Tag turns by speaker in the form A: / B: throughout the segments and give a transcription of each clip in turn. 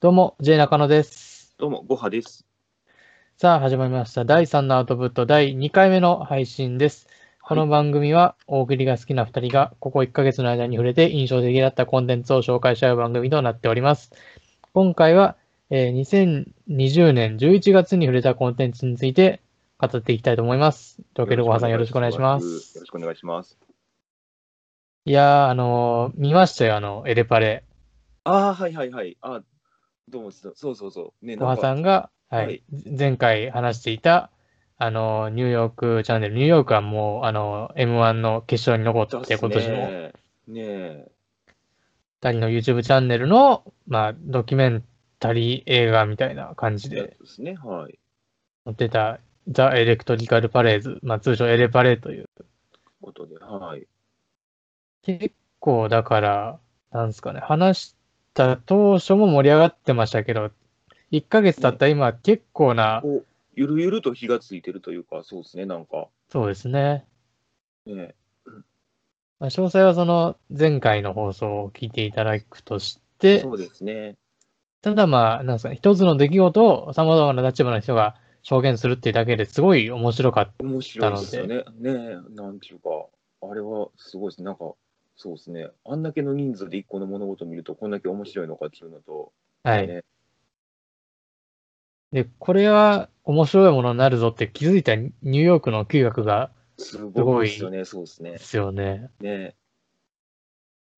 A: どうも、J 中野です。
B: どうも、ごはです。
A: さあ、始まりました。第3のアウトプット第2回目の配信です。この番組は、大喜利が好きな2人が、ここ1ヶ月の間に触れて印象的だったコンテンツを紹介し合う番組となっております。今回は、えー2020年11月に触れたコンテンツについて語っていきたいと思います。というわけで、ごはさんよろしくお願いしま
B: よ
A: す
B: ろ。しくお願いします。
A: いやー、あのー見ましたよ、あの、エレパレ。
B: ああ、はいはいはい。あーどうも、そうそうそうそう。ね、
A: ごはさ
B: ん
A: んが、は
B: はいい、
A: 前回話していた、あの、ニューヨークチャンネル、ニューヨークはもう、あの、M1 の決勝に残
B: か
A: って、今年も、
B: ねえ。ねえ
A: 二人の YouTube チャンネルの、まあ、ドキュメンタリー映画みたいな感じ
B: やつ
A: で
B: ですね。はい。
A: 載ってた、ザ・エレクトリカル・パレーズ、まあ、通称エレパレという。
B: ことで、はい。
A: 結構、だから、なんですかね、話した当初も盛り上がってましたけど、1ヶ月経った今、結構な、
B: こう、ゆるゆると火がついてるというか、そうですね、なんか。
A: そうですね、
B: ね
A: まあ、詳細はその前回の放送を聞いていただくとして
B: え。そ、うですね。
A: ただまあ、なんですかね、一つの出来事を様々な立場の人が証言するっていうだけですごい面白かっ
B: 面白いですよね。ねえ、なんていうか、あれはすごいですね。なんか、そうですね。あんだけの人数で一個の物事を見ると、こんだけ面白いのかっていうのと、
A: た。はい。
B: ね、
A: で、これは面白いものになるぞって気づいたニューヨークの嗅覚が
B: すごいですよね。そうですね
A: で。すよね。
B: ね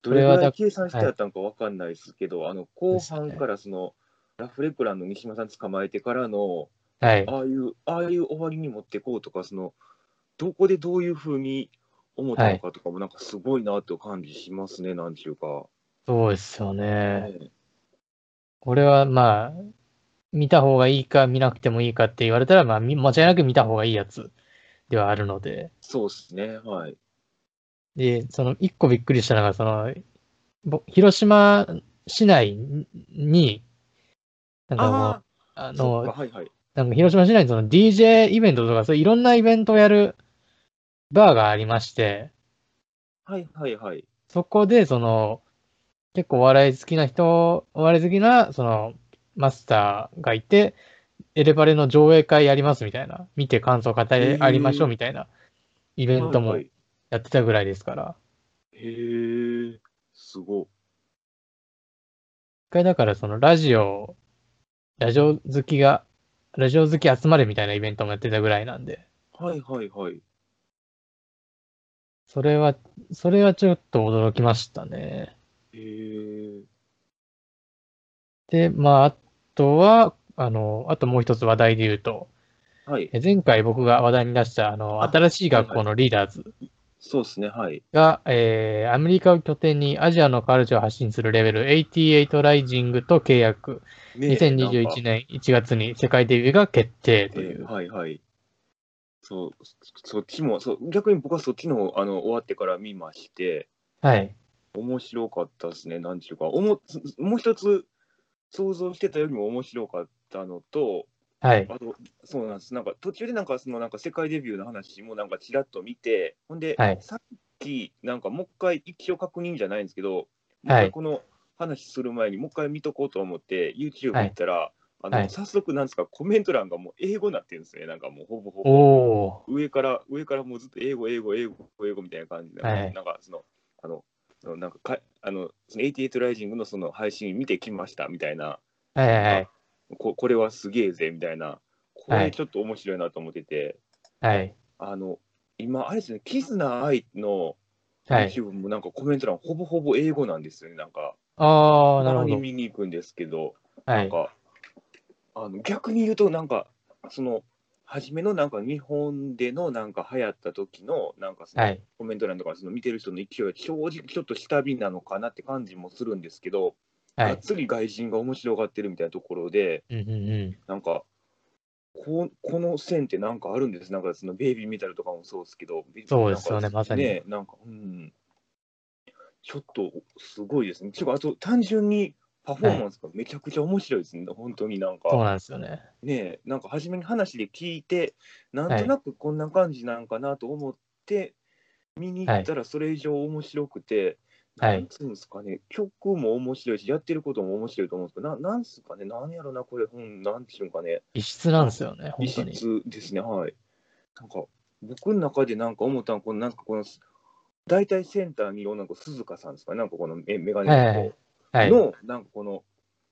A: こ
B: ど
A: れ
B: れ
A: は
B: ぐ
A: だ
B: らい計算してあったのかわかんないですけど、あの後半からその、ラフレクランの三島さん捕まえてからの、
A: はい。
B: ああいう、ああいう終わりに持ってこうとか、その、どこでどういうふうに思ったのかとかも、なんかすごいなと感じしますね、なんていうか。
A: そうですよね。
B: ね
A: これはまあ、見た方がいいか見なくてもいいかって言われたら、まあ、み間違いなく見た方がいいやつではあるので。
B: そうですね、はい。
A: で、その、一個びっくりしたのが、その、ぼ広島市内に、なんかもう、あ
B: ああ、そっ
A: の、
B: かはいはい。
A: なんか広島市内にその DJ イベントとか、そういういろんなイベントをやるバーがありまして、
B: はいはいはい。
A: そこで、その、結構お笑い好きな人、お笑い好きな、その、マスターがいて、エレバレの上映会やりますみたいな、見て感想語りありましょうみたいなイベントも
B: はいはい
A: やってたぐらいですから。
B: へえ、すご
A: 一回だからそのラジオ、ラジオ好きが、ラジオ好き集まれみたいなイベントもやってたぐらいなんで、
B: い。はいはいはい。
A: それは、それはちょっと驚きましたね。
B: へえ、
A: で、まあ、あとは、あの、あともう一つ話題で言うと、
B: はい。
A: え前回僕が話題に出した、あの、
B: あ
A: 新しい学校のリーダーズ
B: そうですね、はい。
A: が、えーアメリカを拠点にアジアのカルチャーを発信するレベル88ライジングと契約、
B: ねえなんか
A: 2021年1月に世界デビューが決定と
B: え
A: いう。
B: はいはい。そう、そそっちも、そう逆に僕はそっちのあの終わってから見まして、
A: はい。
B: 面白かったですね、なんちゅうか、おもつもう一つ想像してたよりも面白かったのと、
A: はい。
B: あと、そうなんです、なんか途中でなんか、そのなんか世界デビューの話もなんかちらっと見て、ほんで、
A: はい
B: さっき、なんかもう一回、一応確認じゃないんですけど、もう一
A: はい
B: 回この話する前に、もう一回見とこうと思って、YouTube
A: はい
B: 行ったら、あ
A: はい
B: の早速、なんですか、コメント欄がもう英語になってるんですね、なんかもうほぼほぼ。
A: おー。
B: 上から、上からもうずっと英語、英語、英語、英語みたいな感じで、
A: はい
B: なんかその、あの、そのなんかか、あの、その88ライジングのその配信見てきましたみたいな、
A: はいはいはい。
B: ここれはすげえぜみたいな、こ
A: は
B: れ
A: い
B: ちょっと面白いなと思ってて、
A: はい。
B: あの、今、あれですね、キズナアイの
A: はい。
B: YouTube もなんかコメント欄、ほぼほぼ英語なんですよね、なんか。
A: ああ、なるほ
B: たまに
A: ど。
B: 見に行くんですけど、
A: は
B: なん
A: い。
B: か、あの逆に言うと、なんか、その、初めのなんか日本でのなんか流行った時のなんかその
A: はい。
B: コメント欄とかその見てる人の勢いは正直ちょっと下火なのかなって感じもするんですけど、
A: は
B: がっ
A: い。
B: つり外人が面白がってるみたいなところで
A: うんうんうん。
B: なんかこうこの線ってなんかあるんですなんかそのベイビーメタルとかもそうですけど
A: そうですよね
B: なんか
A: まさに
B: ねなんかうんちょっとすごいですねちょっとあと単純にパフォーマンスがめちゃくちゃ面白いですね、本当になんか
A: そうなんですよね。
B: ねえなんか初めに話で聞いてなんとなくこんな感じなんかなと思って、見に行ったらそれ以上面白くて、
A: はい
B: なんつうんですかね、曲も面白いし、やってることも面白いと思うんですけど、ななんですかね、なんやろな、これ、うん、なんていうんかね、
A: 異質なんですよね、本
B: 異
A: 当に。
B: 質ですね、はい。なんか、僕の中でなんか思ったのは、このなんかこの、大体センターにいろんなこう鈴鹿さんですかね、なんかこのメメガネの
A: はいはい。
B: の、なんかこの、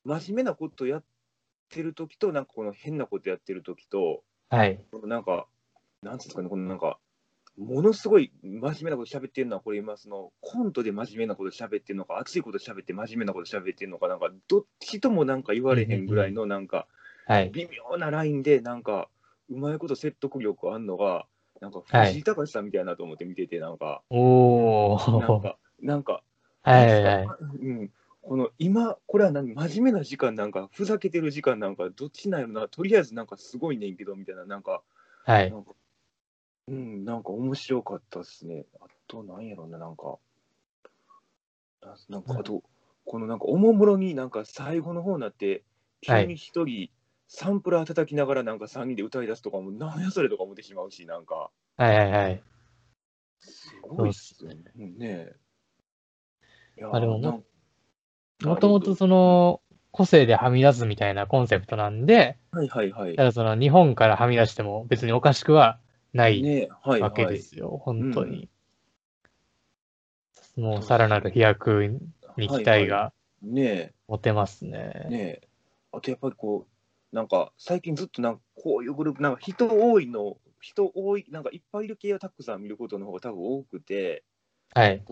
B: 真面目なことやってる時と、なんかこの変なことやってる時と、
A: はい。
B: このなんか、なんつうんですかね、このなんか、ものすごい真面目なこと喋ってるのは、これ今、そのコントで真面目なこと喋ってるのか、熱いこと喋って真面目なこと喋ってるのか、なんか、どっちともなんか言われへんぐらいの、なんか、
A: はい。
B: 微妙なラインで、なんか、うまいこと説得力あんのが、なんか、藤井隆さんみたいなと思って見てて、なんか、
A: お
B: なん
A: ー。
B: か、なんか、
A: はいはいはい。
B: うん、この今、これは何真面目な時間なんか、ふざけてる時間なんか、どっちなんやろな、とりあえずなんかすごいねんけど、みたいな、なんか、
A: はい。
B: なんかうん、なんか面白かったっすね。あと、なんやろな、なんか、ななんか、あと、このなんか、おもむろになんか最後の方になって、
A: は
B: 急
A: い
B: に一人、サンプラー叩きながらなんか3人で歌い出すとかも、なんやそれとか思ってしまうし、なんか、
A: はいはいはい。
B: すごいっすよね。うんねえ。いやー
A: あでも
B: なん
A: もともとその、個性ではみ出すみたいなコンセプトなんで、
B: はいはいはい
A: だか。らその日本からはみ出しても別におかしくはない
B: ねえ、はいは
A: わけで
B: い。
A: すよ、本当に。もうさらなる飛躍に期
B: は
A: 待
B: いは
A: が
B: いね
A: 持てますね。
B: え、ねえ。あとやっぱりこう、なんか最近ずっとなんかこういうグループ、なんか人多いの、人多い、なんかいっぱいいる系をたくさん見ることの方が多分多くて、
A: はい。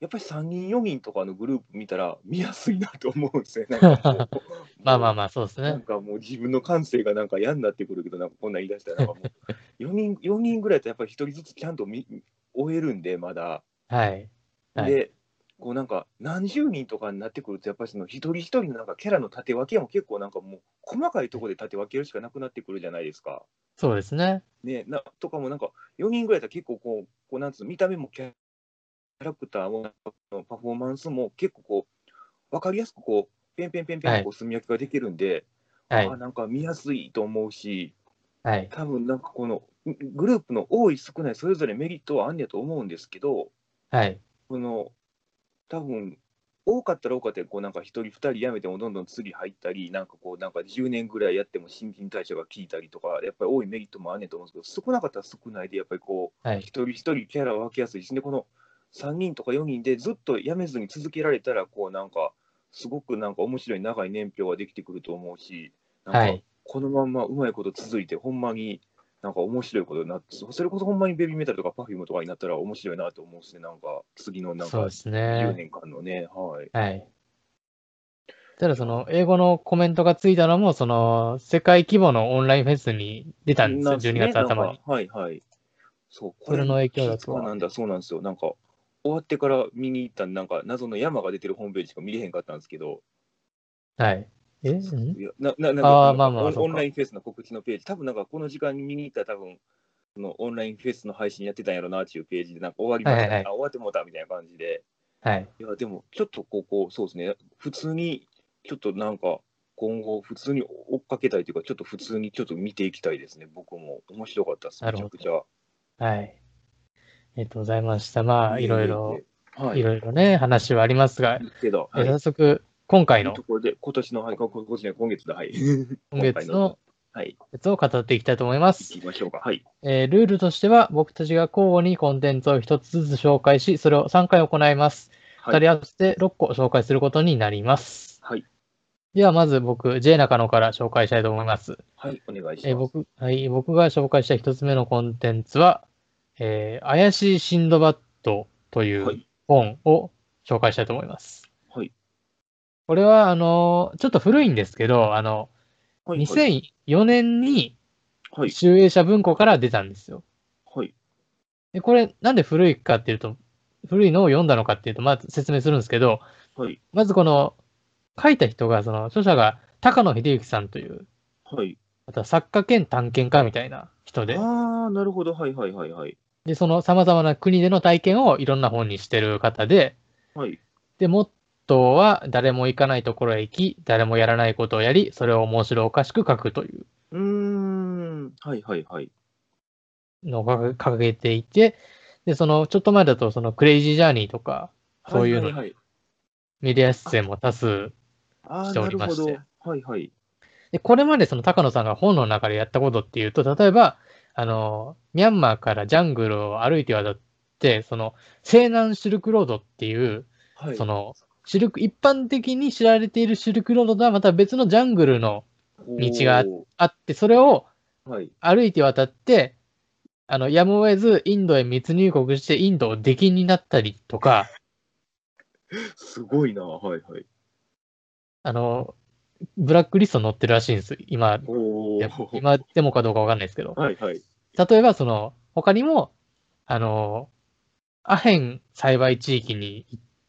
B: やっぱり3人、4人とかのグループ見たら見やすいなと思うんですよ。なんかもう
A: まあまあまあ、そうです
B: なん
A: ね。
B: かもう自分の感性がなんか嫌になってくるけど、なんかこんなん言い出したらなんかもう、4人、4人ぐらいとやっぱり1人ずつちゃんと見終えるんで、まだ。
A: はい。はい
B: で、こうなんか何十人とかになってくると、やっぱりその一人一人のなんかキャラの縦分けも結構なんかもう細かいところで縦分けるしかなくなってくるじゃないですか。
A: そうですね。
B: ね、なとかもなんか4人ぐらいだったら結構こう、こうなんつうの見た目もキャラクターもパフォーマンスも結構こう分かりやすくこうペンペンペンペンとこう墨分けができるんで、
A: はい
B: あ。なんか見やすいと思うし、
A: はい。
B: 多分なんかこのグループの多い少ないそれぞれメリットはあんねやと思うんですけど、
A: はい。
B: この多分多かったら多かったらこうなんか一人二人やめてもどんどん次入ったりなんかこうなんか10年ぐらいやっても新陳代謝が効いたりとかやっぱり多いメリットもあんねんと思うんですけど少なかったら少ないでやっぱりこう
A: はい
B: 一。人一人キャラを分けやすいしでこの3人とか4人でずっとやめずに続けられたらこうなんかすごくなんか面白い長い年表ができてくると思うしな
A: は
B: んか
A: い。
B: このまんまうまいこと続いてほんまになんか面白いことになってそれこそほんまにベビーメタルとかパフュームとかになったら面白いなと思うしねなんか次のなん
A: そう
B: か
A: です
B: 10
A: ね。
B: 年間のね、はい。
A: はい。ただその、英語のコメントがついたのも、その、世界規模のオンラインフェスに出たんですよ、
B: なん
A: 12
B: ね
A: 月頭
B: なん
A: に。
B: かはいはい。そう、
A: それの影響だと
B: 気づかなんだ、そうなんですよ。なんか、終わってから見に行ったなんか、謎の山が出てるホームページしか見れへんかったんですけど、
A: はい。えん
B: いやなななん
A: あ
B: か
A: ーまあまあ
B: オン
A: そうか
B: オンラインフェスの告知のページ、多分なんか、この時間に見に行ったら多分、そのオンラインフェスの配信やってたんやろなっていうページで、なんか終わりました、
A: はいはい
B: あ、終わってもうたみたいな感じで。
A: はい。
B: いや、でも、ちょっとここ、そうですね、普通に、ちょっとなんか、今後、普通に追っかけたいというか、ちょっと普通にちょっと見ていきたいですね、僕も。面白かったです、
A: なる
B: めち
A: ほ
B: ゃ
A: ど
B: くちゃ。
A: はい。ありがとうございました。まあ、いろいろ、
B: えいえ。はい
A: いろいろね、話はありますが、
B: い。けど、
A: え
B: はい。
A: 早速、今回
B: と
A: の
B: いうと、ころで、今年の、はい、こ今年の今月の、はい。
A: 今月の
B: はい。
A: やつを語っていきたいと思いま
B: 行
A: す。
B: きましょうか。はい。
A: えールールとしては、僕たちが交互にコンテンツを1つずつ紹介し、それを3回行います。
B: は
A: 2
B: い。
A: 人合わせて6個紹介することになります。
B: はい。
A: では、まず僕、J 中野から紹介したいと思います。
B: はい。お願いします。
A: えー僕、はい、僕が紹介した1つ目のコンテンツは、えー怪しいシンドバッドとい
B: は
A: う
B: い
A: 本を紹介したいと思います。
B: はい。
A: これは、あのーちょっと古いんですけど、あの、
B: はい。はい。
A: 2004年に
B: はい。
A: 集英社文庫から出たんですよ。
B: はい。
A: で、これ、なんで古いかっていうと、古いのを読んだのかっていうと、まず説明するんですけど、
B: はい。
A: まずこの、書いた人が、その、著者が高野秀幸さんという、
B: はい。
A: あとは作家兼探検家みたいな人で、
B: ああ、なるほど。はい。はい。はい。はい。
A: で、その様々な国での体験をいろんな本にしてる方で、
B: はい。
A: で、モットーは、誰も行かないところへ行き、誰もやらないことをやり、それを面白おかしく書くという
B: うーん。はい。はい。はい。
A: のを掲げていて、で、その、ちょっと前だと、その、クレイジージャーニーとか、そういうの
B: はいはいはい
A: メディア出演も多数。
B: あ
A: し
B: あ、
A: てお
B: な
A: り
B: る
A: ま
B: ほ
A: して
B: ど。はいはい。
A: で、これまでその高野さんが本の中でやったことっていうと、例えば、あの、ミャンマーからジャングルを歩いて渡って、その、西南シルクロードっていう、
B: はい。
A: その、シルク、一般的に知られているシルクロードとはまた別のジャングルの道が
B: お
A: あって、それを
B: ーはい。
A: 歩いて渡って、あの、やむを得ずインドへ密入国してインドを出禁になったりとか、
B: すごいな。はいはい。
A: あの、ブラックリストに載ってるらしいんです。今、
B: おお。
A: いや今でもかどうかわかんないですけど。
B: はいはい。
A: 例えば、その、他にも、あの、アヘン栽培地域に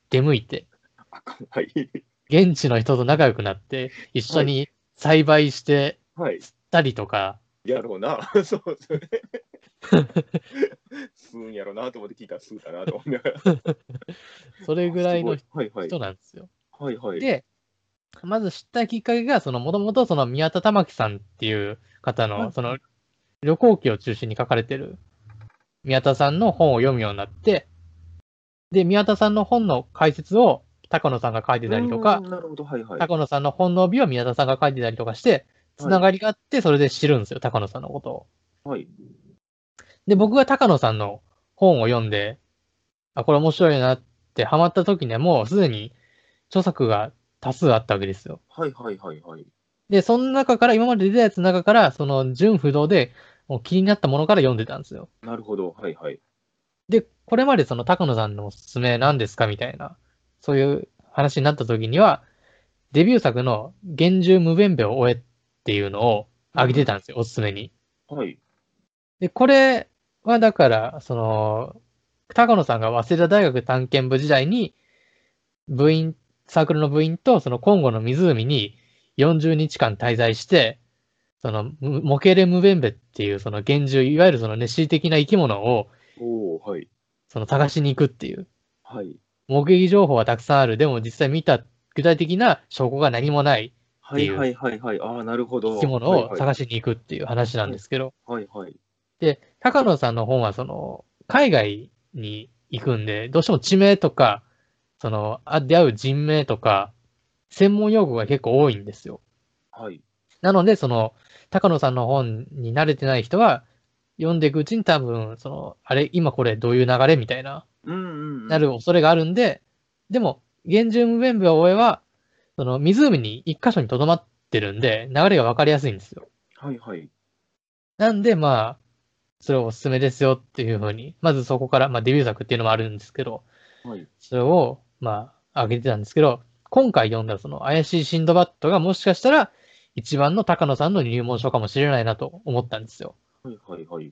A: 出向いて、
B: あかんはい。
A: 現地の人と仲良くなって、一緒に栽培して
B: はい。
A: たりとか、
B: やろうな。 そうですね。 すんやろうなと思って聞いたらすんだなと思って。そ
A: それぐらいの
B: はいはい。
A: 人なんですよ。
B: はいはい。
A: で、まず知ったきっかけが、その、もともとその宮田玉樹さんっていう方
B: はい
A: の、その、旅行記を中心に書かれてる宮田さんの本を読むようになって、で、宮田さんの本の解説を高野さんが書いてたりとか
B: うー、んなるほど、はいはい。
A: 高野さんの本の帯を宮田さんが書いてたりとかして、つながりがあって、それで知るんですよ、高野さんのことを。
B: はい。
A: で、僕が高野さんの本を読んで、あ、これ面白いなってハマった時にはもうすでに著作が多数あったわけですよ。
B: はいはいはいはい。
A: で、その中から、今まで出たやつの中から、その純不動でもう気になったものから読んでたんですよ。
B: なるほど、はいはい。
A: で、これまでその高野さんのおすすめ何ですかみたいな、そういう話になった時には、デビュー作の厳重無弁兵を終えっていうのを挙げてたんですよ、おすすめに。
B: はい。
A: で、これはだから、その、高野さんが早稲田大学探検部時代に、部員、サークルの部員と、そのコンゴの湖に40日間滞在して、その、むモケレムベンベっていう、その幻獣、いわゆるそのネシー的な生き物を、
B: おおはい。
A: その探しに行くっていう。
B: はい。
A: 目撃情報はたくさんある。でも実際見た具体的な証拠が何もない
B: はいはいはいはい。ああ、なるほど。
A: 生き物を探しに行くっていう話なんですけど、
B: はいはい。
A: で、高野さんの本は、その、海外に行くんで、どうしても地名とか、その、あ出会う人名とか、専門用語が結構多いんですよ。
B: はい。
A: なので、その、高野さんの本に慣れてない人は、読んでいくうちに多分、その、あれ、今これどういう流れみたいな、
B: うんうん。
A: な。る恐れがあるんで、でも、厳重無弁部を終えは、その、湖に一箇所に留まってるんで、流れがわかりやすいんですよ。
B: はいはい。
A: なんで、まあ、それをおすすめですよっていうふうに、まずそこから、まあ、デビュー作っていうのもあるんですけど、
B: はい。
A: それを、まあ、上げてたんですけど、今回読んだその怪しいシンドバッドがもしかしたら、一番の高野さんの入門書かもしれないなと思ったんですよ。
B: はいはいはい。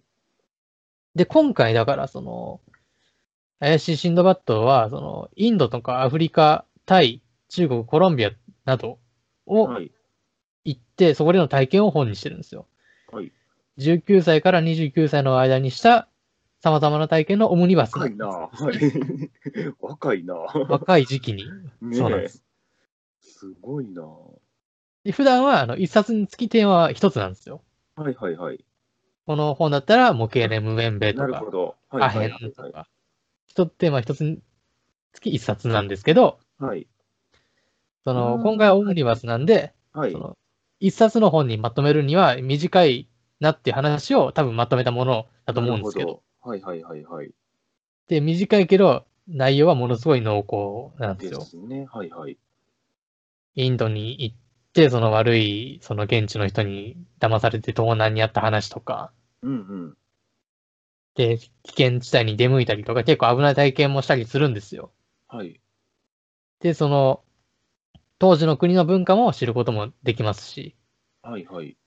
A: で、今回だから、その、怪しいシンドバッドは、その、インドとかアフリカ、タイ、中国、コロンビアなどを
B: はい。
A: 行って、そこでの体験を本にしてるんですよ。
B: はい。
A: 19歳から29歳の間にした様々な体験のオムニバス。
B: 若いな。はい。 若いな。
A: 若い時期に。
B: ね
A: そうなん
B: え
A: です。
B: すごいな。
A: で普段は、あの、一冊につきテーマは一つなんですよ。
B: はいはいはい。
A: この本だったら、模型レムウェンベと
B: なる
A: か
B: ほ、ど。は
A: ア
B: いは
A: ヘ
B: い
A: ンとか、一テーマ一つにつき一冊なんですけど、
B: はい。
A: そうの、
B: ん
A: 今回はオムニバスなんで、
B: はい
A: そ。の、一冊の本にまとめるには短いなっていう話を多分まとめたものだと思うんですけ
B: なる
A: ど、
B: ほど。はいはいはいはい。
A: で、短いけど、内容はものすごい濃厚なんです
B: で
A: よ。
B: すね。はいはい。
A: インドに行って、その悪い、その現地の人に騙されて盗難にあった話とか、
B: うんうん。
A: で、危険地帯に出向いたりとか、結構危ない体験もしたりするんですよ。
B: はい。
A: で、その、当時の国の文化も知ることもできますし、
B: はいはい。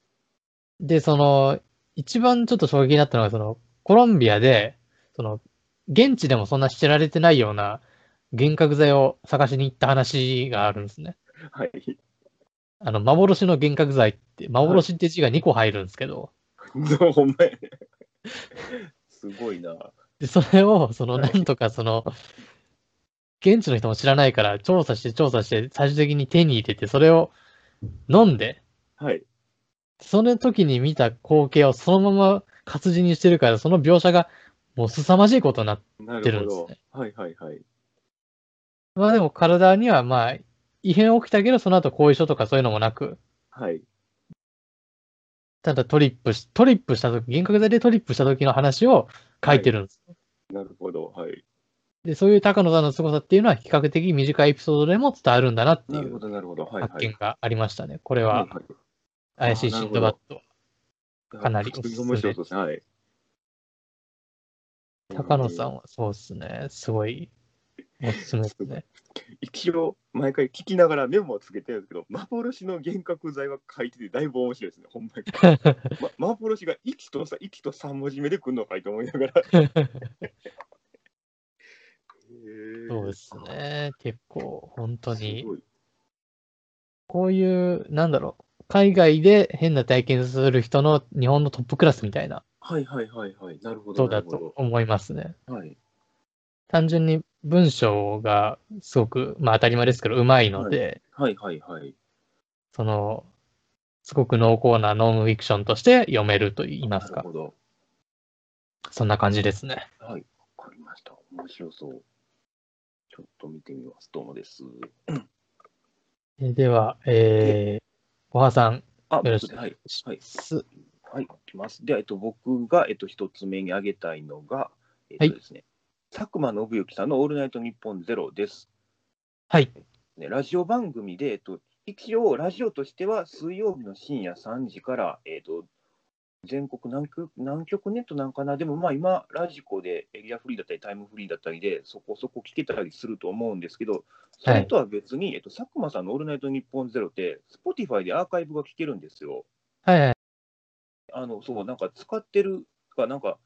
A: で、その、一番ちょっと衝撃だったのが、その、コロンビアで、その、現地でもそんな知られてないような幻覚剤を探しに行った話があるんですね。
B: はい。
A: あの、幻の幻覚剤って、幻って字が2個入るんですけど、
B: ほんまやね。すごいな。
A: で、それを、その、
B: はい
A: なんとか、その、現地の人も知らないから、調査して、調査して、最終的に手に入れて、それを飲んで、
B: はい。
A: その時に見た光景をそのまま活字にしてるから、その描写が、もう凄まじいことになって
B: な
A: 出
B: る
A: る
B: ほ
A: んです
B: ど。
A: ね
B: はいはいはい。
A: まあでも体にはまあ、異変起きたけど、その後後遺症とかそういうのもなく、
B: はい。
A: ただトリップし、トリップした時、幻覚剤でトリップした時の話を書いてるんです。
B: なるほど。はい。
A: で、そういう高野さんの凄さっていうのは比較的短いエピソードでも伝わるんだなって
B: ないるほ
A: う
B: ど、なるほど。はい、
A: 発
B: はい。
A: 見がありましたね。これは
B: は
A: い
B: はい
A: 怪しいシンドバッド。
B: はい
A: かなりお
B: 普
A: す
B: 通に
A: すめ
B: 面白そうですね。はい。
A: 高野さ
B: うん
A: はそうですね。すごい、おすすめですね。
B: ん。一応、毎回聞きながらメモをつけてるんですけど、幻の幻覚剤は書いてて、だいぶ面白いですね、ほんまに。 ま、幻が1とさ1と3文字目で来るのかいと思いなが ら。。
A: そうですすね。結構、本当に
B: す。ごい
A: こういう、なんだろう、海外で変な体験する人の日本のトップクラスみたいな
B: はいはいはいはい。なるほ
A: こと
B: ど。
A: だ
B: なるほど
A: と。思いますね。
B: はい。
A: 単純に文章がすごく、まあ当たり前ですけど、うまいので、
B: はいはいはい。
A: その、すごく濃厚なノンフィクションとして読めると言いま
B: な
A: す
B: る
A: か。
B: ほど。
A: そんな感じですね。
B: はい。わかりました。面白そう。ちょっと見てみます。どうもです。
A: えーでは、えー、おはさん、
B: あ、
A: よろしく
B: 僕はい。はい
A: す
B: はい、いきます。では、えっと、僕が、えっと、一つ目に挙げたいのが、えっとですね、佐久間信之さんの「オールナイトニッポンゼロです。
A: はい。
B: ね、ラジオ番組で、えっと、一応、ラジオとしては水曜日の深夜3時から、えっと、全国何局何局ネットなんかな、でもまあ今、ラジコでエリアフリーだったり、タイムフリーだったりで、そこそこ聞けたりすると思うんですけど、それとは別に、えっと、佐久間さんの「オールナイトニッポンゼロって、Spotify でアーカイブが聞けるんですよ。
A: はいはい。
B: あの、そう、なんか使ってるか、なんか、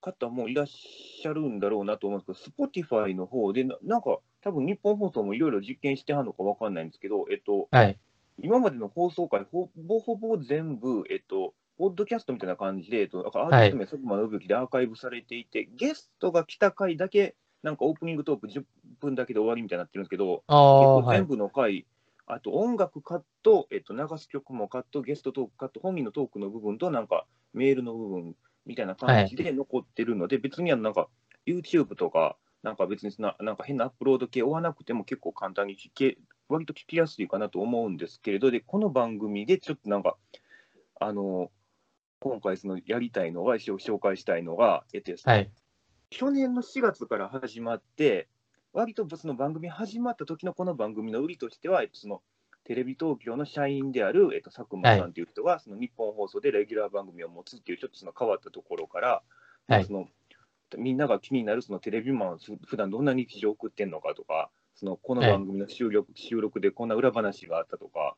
B: 方もいらっしゃるんだろうなと思うんですけど、Spotify の方でな、なんか、多分日本放送もいろいろ実験してはんのかわかんないんですけど、えっと、
A: はい。
B: 今までの放送回、ほぼほぼ全部、えっと、ポッドキャストみたいな感じで、えっと、なんかアーティスト名、佐久間信之でアーカイブされていて、ゲストが来た回だけ、なんかオープニングトーク10分だけで終わりみたいになってるんですけど、
A: ああ、
B: 結構
A: はい
B: 全。部の回、あと音楽カット、えっと、流す曲もカット、ゲストトークカット、本人のトークの部分と、なんかメールの部分みたいな感じで残ってるので、別にあのなんか YouTube とか、なんか別にそんななんか変なアップロード系追わなくても結構簡単に聞け、割と聞きやすいかなと思うんですけれど、で、この番組でちょっとなんか、あの、今回そのやりたいのが、一応紹介したいのが、えっとですね
A: はい。
B: 去年の4月から始まって、割とその番組始まった時のこの番組の売りとしては、えっとそのテレビ東京の社員である、えっと、佐久間さんという人が、その日本放送でレギュラー番組を持つっていう、ちょっとその変わったところから、まあ
A: はい
B: そのみんなが気になるそのテレビマン、ふ普段どんな日常を送ってんのかとか、そのこの番組の収録,、収録でこんな裏話があったとか、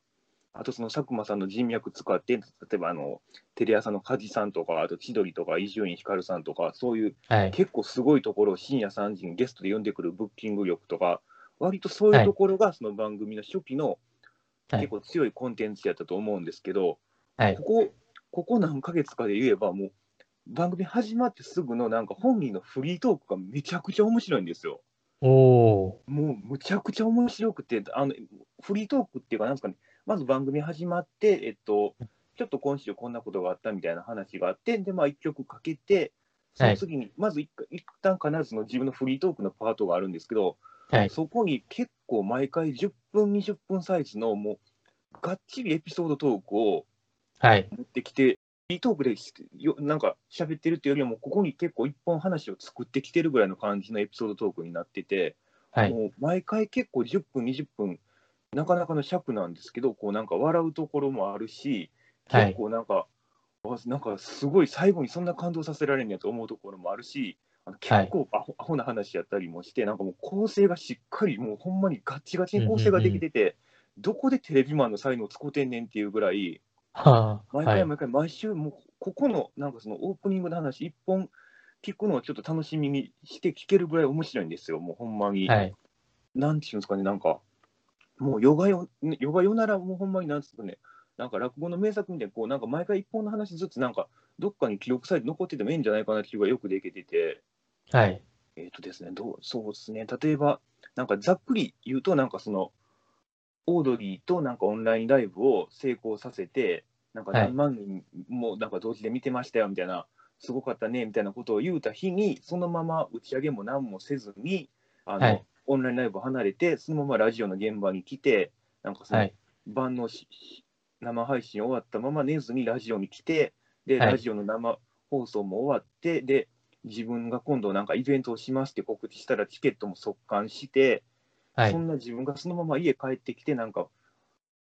B: あとその佐久間さんの人脈使って、例えばあのテレ朝の梶さんとか、あと千鳥とか伊集院光さんとか、そういう
A: はい。
B: 結構すごいところを深夜3時にゲストで呼んでくるブッキング力とか、割とそういうところがその番組の初期の
A: はい
B: 結構強いコンテンツやったと思うんですけど、
A: はい
B: ここここ何ヶ月かで言えば、もう番組始まってすぐのなんか本人のフリートークがめちゃくちゃ面白いんですよ。
A: おお
B: もうむちゃくちゃ面白くて、あのフリートークっていうか、なんですかね、まず番組始まって、えっと、ちょっと今週こんなことがあったみたいな話があって、で、まあ、1曲かけて、その次に、まず一回一旦必ずその自分のフリートークのパートがあるんですけど、
A: はい
B: そこに結構毎回10分、20分サイズの、もう、がっちりエピソードトークを
A: はい。
B: 持ってきて、フリートークでよなんか喋ってるっていうよりも、ここに結構一本話を作ってきてるぐらいの感じのエピソードトークになってて、
A: はい。
B: もう毎回結構10分、20分、なかなかの尺なんですけど、こうなんか笑うところもあるし、
A: はい
B: 結構なんか、わなんかすごい最後にそんな感動させられるんやと思うところもあるし、あの
A: はい
B: 結構アホ,、アホな話やったりもして、なんかもう構成がしっかり、もうほんまにガチガチに構成ができてて、どこでテレビマンの才能使うてんねんっていうぐらい、
A: はあ。
B: 毎
A: は
B: 回
A: い。
B: 毎回、毎週、もうここのなんかそのオープニングの話、一本聞くのをちょっと楽しみにして聞けるぐらい面白いんですよ、もうほんまに。
A: はい。
B: なんていうんですかね、なんか、もうヨガよ、ヨガよなら、もうほんまになんですかね、なんか落語の名作みたいに、こう、なんか毎回一本の話ずつ、なんか、どっかに記録されて残っててもいいんじゃないかなっていうのがよくできてて、
A: はい。
B: えっ、とですね、どう、そうですね、例えば、なんかざっくり言うと、なんかその、オードリーとなんかオンラインライブを成功させて、なんか
A: はい
B: 何万人もなんか同時で見てましたよみたいな、すごかったねみたいなことを言うた日に、そのまま打ち上げも何もせずに、あの、
A: はい
B: オンラインライブを離れて、そのままラジオの現場に来て、なんかそ
A: は
B: の
A: い。
B: 晩のし、生配信終わったまま寝ずにラジオに来て、で、
A: はい
B: ラジオの生放送も終わって、で、自分が今度なんかイベントをしますって告知したらチケットも速完して、
A: は
B: そ
A: い。
B: んな自分がそのまま家帰ってきて、なんか、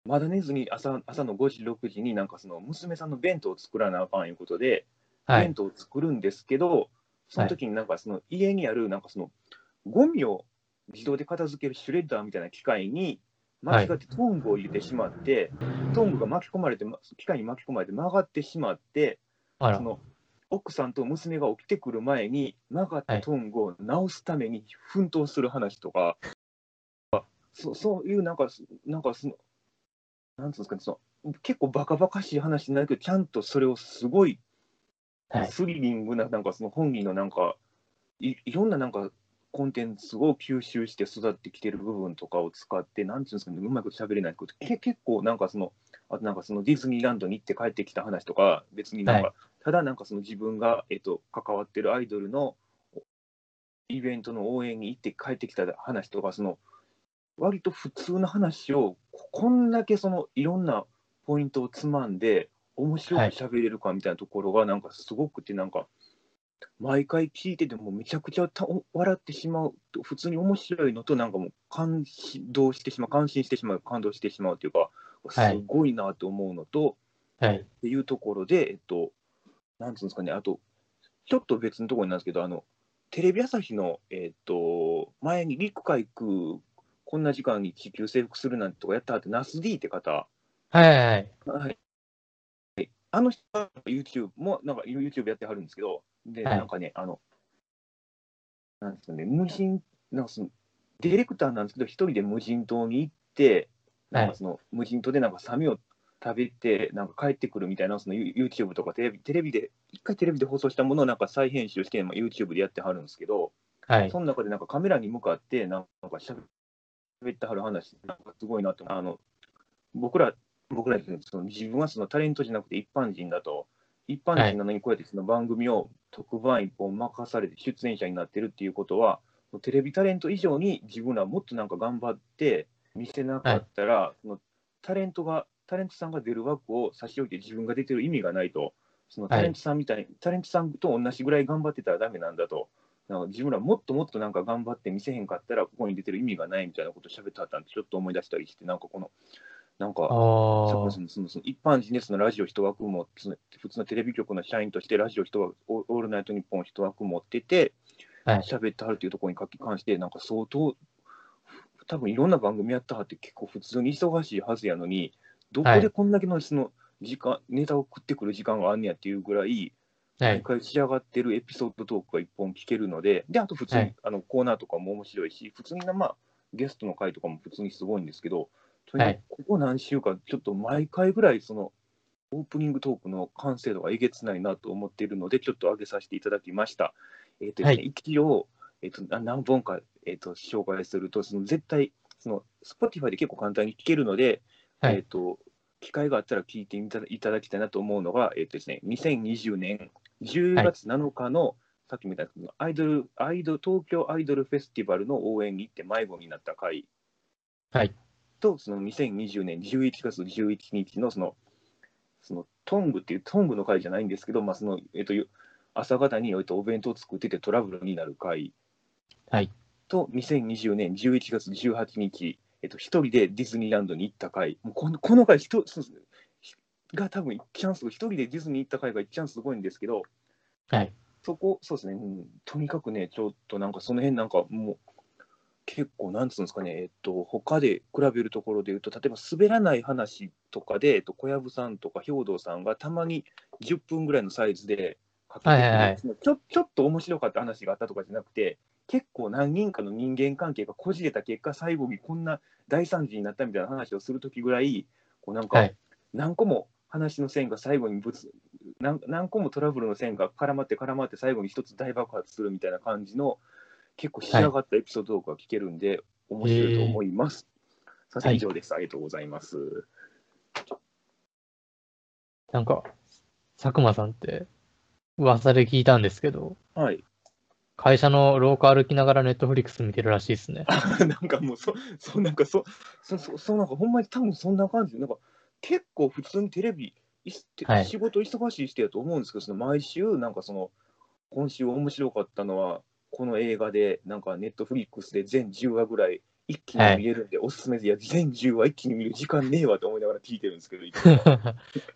B: まだ寝ずに朝朝の5時、6時になんかその娘さんの弁当を作らなあかんいうことで、
A: はい
B: 弁。当を作るんですけど、その時になんかその家にあるなんかそのゴミを自動で片付けるシュレッダーみたいな機械に間違ってトングを入れてしまって、トングが巻き込まれてま機械に巻き込まれて曲がってしまって
A: あら
B: そ。の奥さんと娘が起きてくる前に曲がったトングを直すために奮闘する話とか、そそういうなんかなんかそのなんつうんですかねその結構バカバカしい話になるけどちゃんとそれをすごい
A: はい。
B: スリリングな、なんかその本人のなんかい、いろんななんかコンテンツを吸収して育ってきてる部分とかを使って、なんていうんですかね、うまく喋れないけど、け結構なんかその、あとなんかそのディズニーランドに行って帰ってきた話とか、別になんか、
A: は
B: ただなんかその自分が、えっと、関わってるアイドルのイベントの応援に行って帰ってきた話とか、その、割と普通の話を、ここんだけそのいろんなポイントをつまんで、面白く喋れるかみたいなところが、なんかすごくて、なんか、毎回聞いててもめちゃくちゃた笑ってしまうと、普通に面白いのと、なんかもう感動してしまう、感心してしまう、感動してしまうというか、す
A: はい
B: ごいなと思うのと、
A: はい。
B: っていうところで、えっと、なんつうんですかね、あと、ちょっと別のところになんですけど、あの、テレビ朝日の、えっと、前に陸海空、こんな時間に地球征服するなんてとかやったって、ナス D って方、
A: はいはいはい。
B: はい、あの人は YouTube も、なんか YouTube やってはるんですけど、で、
A: はい
B: なんかね、あの、なんですかね、無人、なんかその、ディレクターなんですけど、一人で無人島に行って、なんかその、無人島でなんかサメを食べて、なんか帰ってくるみたいな、その You- YouTube とかテレビテレビで、一回テレビで放送したものをなんか再編集して、まあ、YouTube でやってはるんですけど、
A: はい。
B: その中でなんかカメラに向かってなんかしゃべってはる話、なんかすごいなと思うあの僕ら、僕らですねその自分はそのタレントじゃなくて一般人だと、一般人なのにこうやってその番組を特番一本任されて出演者になってるっていうことは、もうテレビタレント以上に自分らもっとなんか頑張って見せなかったら、そのタレントが、タレントさんが出る枠を差し置いて自分が出てる意味がないと、その
A: はい
B: タレントさんみたいに、タレントさんと同じぐらい頑張ってたらダメなんだと、なんか自分らもっともっとなんか頑張って見せへんかったら、ここに出てる意味がないみたいなことを喋ってはったんで、ちょっと思い出したりして、なんかこの、なんか、そ
A: お
B: の
A: ー
B: そ。のそのその一般人でそのラジオ一枠もその普通のテレビ局の社員としてラジオ一枠オオールナイトニッポン一枠持ってて
A: はい
B: 喋ってはるというところにかき関してなんか相当多分いろんな番組やったはって結構普通に忙しいはずやのにどこでこんだけのその時間、ネタを食ってくる時間があんねやっていうぐらい
A: は
B: 毎
A: い。
B: 回仕上がってるエピソードトークが一本聞けるのでであと普通に、
A: はい
B: あのコーナーとかも面白いし普通にまあゲストの回とかも普通にすごいんですけどとにか
A: は
B: くここ何週間ちょっと毎回ぐらいそのオープニングトークの完成度がえげつないなと思っているのでちょっと上げさせていただきました。えーとですね
A: は
B: 一応、えー、とな何本か、えー、と紹介するとその絶対その Spotify で結構簡単に聞けるので、
A: はい
B: えー、と機会があったら聞いてみたいただきたいなと思うのが、えーとですね、2020年10月7日の、さっきみたいなアイドルアイドル東京アイドルフェスティバルの応援に行って迷子になった回
A: はい
B: とその2020年11月11日のそのそのトングっていうトングの回じゃないんですけど、まあそのえっと、朝方に、えっと、お弁当作っててトラブルになる回
A: はい。
B: と2020年11月18日、えっと、一人でディズニーランドに行った回もうこのこの回ひとそうですひが多分チャンス一人でディズニー行った回がチャンスすごいんですけど
A: はい。
B: そこ、そうですね、うん、とにかくね、ちょっとなんかその辺なんかもう、結構なんつうんですかね、えっと、他で比べるところで言うと、例えば滑らない話とかで、えっと、小籔さんとか兵藤さんがたまに10分ぐらいのサイズで書き出
A: はいはいはい
B: そのちょちょっと面白かった話があったとかじゃなくて、結構何人かの人間関係がこじれた結果、最後にこんな大惨事になったみたいな話をするときぐらい、こうなん
A: は
B: か
A: い、
B: 何個も話の線が最後にぶつ何何個もトラブルの線が絡まって絡まって最後に一つ大爆発するみたいな感じの結構仕上がったエピソードトークが聞けるんで、面白いと思います。さて
A: はい
B: 以上です、ありがとうございます。
A: なんか、佐久間さんって噂で聞いたんですけど、
B: はい。
A: 会社の廊下歩きながらネットフリックス見てるらしい ですね。
B: なんかもうそ、そなんかそ、そ、そ、そなんかほんまに多分そんな感じで、なんか結構普通にテレビ、いすて
A: はい
B: 仕事忙しい人やと思うんですけど、その毎週、なんかその、今週面白かったのは、この映画で、なんかネットフリックスで全10話ぐらい一気に見れるんで、おすすめで、いや、全10話一気に見る時間ねえわと思いながら聞いてるんですけど、いつも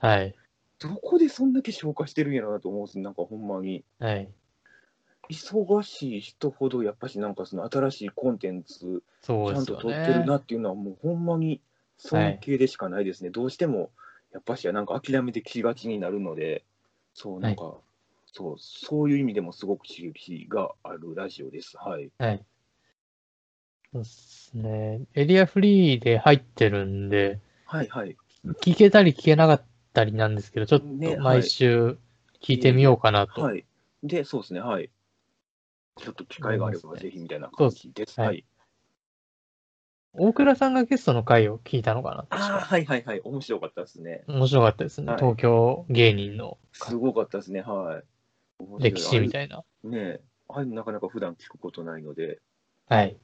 A: はい。
B: どこでそんだけ消化してるんやろなと思うんですなんかほんまに。
A: はい。
B: 忙しい人ほどやっぱしなんかその新しいコンテンツち
A: そう
B: ゃ
A: で
B: ん
A: す
B: と
A: よ
B: 撮ってる
A: ね。
B: なっていうのはもうほんまに尊敬でしかないですね、どうしてもやっぱしなんか諦めてきがちになるのでそうなんか、そうそういう意味でもすごく刺激があるラジオですはい
A: はい。そうですね。エリアフリーで入ってるんで、
B: はいはい
A: 聞けたり聞けなかったりなんですけど、ちょっ
B: ね
A: と毎週聞いてみようかなと。
B: はいでそうですねはいちょっと機会があればぜひみたいな
A: そう
B: 感
A: です
B: じです
A: はい
B: はい
A: 大倉さんがゲストの回を聞いたのかな確
B: ああ
A: か。
B: はいはいはい面白かったですね
A: 面白かったですね。
B: はい
A: 東京芸人の
B: すごかったですねはい面白い
A: 歴史みたいな。
B: ねえ、ああいうのなかなか普段聞くことないので、
A: はい。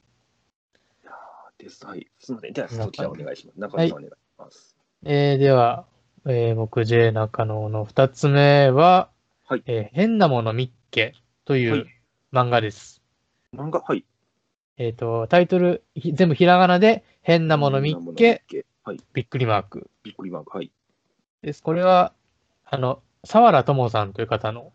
B: です。はい。すみません。では、
A: 中
B: そちらお願いします。中野さんお願いします。
A: えーでは、えー僕 J 中野の2つ目は、
B: はい
A: えー変なものみっけとい
B: は
A: う
B: い
A: 漫画です。
B: 漫画、はい。
A: えっ、と、タイトル、ひ全部ひらがなで、変なものみっけ、
B: け。はい。
A: びっくりマーク
B: びっくりマーク、はい。
A: です。これは、あの、沢原智さんという方の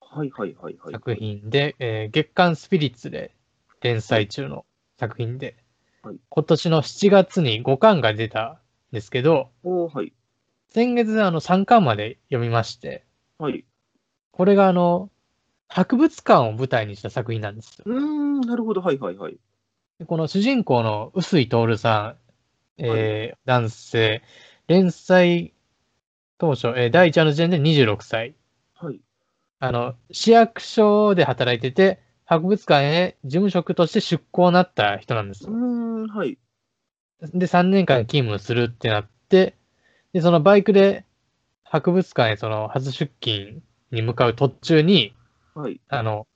B: はいはいはいはい。
A: 作。品で、えー月刊スピリッツで連載中の作品で、
B: はい
A: 今年の7月に5巻が出たんですけど、
B: おーはい。
A: 先月あの3巻まで読みまして、
B: はい。
A: これがあの、博物館を舞台にした作品なんですよ。
B: うーん、なるほど。はいはいはい。
A: でこの主人公の臼井徹さん、えー男性、連載当初、えー第1話の時点で26歳。
B: はい。
A: あの、市役所で働いてて、博物館へ事務職として出向になった人なんです
B: うー
A: よ。
B: ん、はい。
A: で、3年間勤務するってなって、で、そのバイクで博物館へその初出勤に向かう途中に、
B: はい。
A: あの、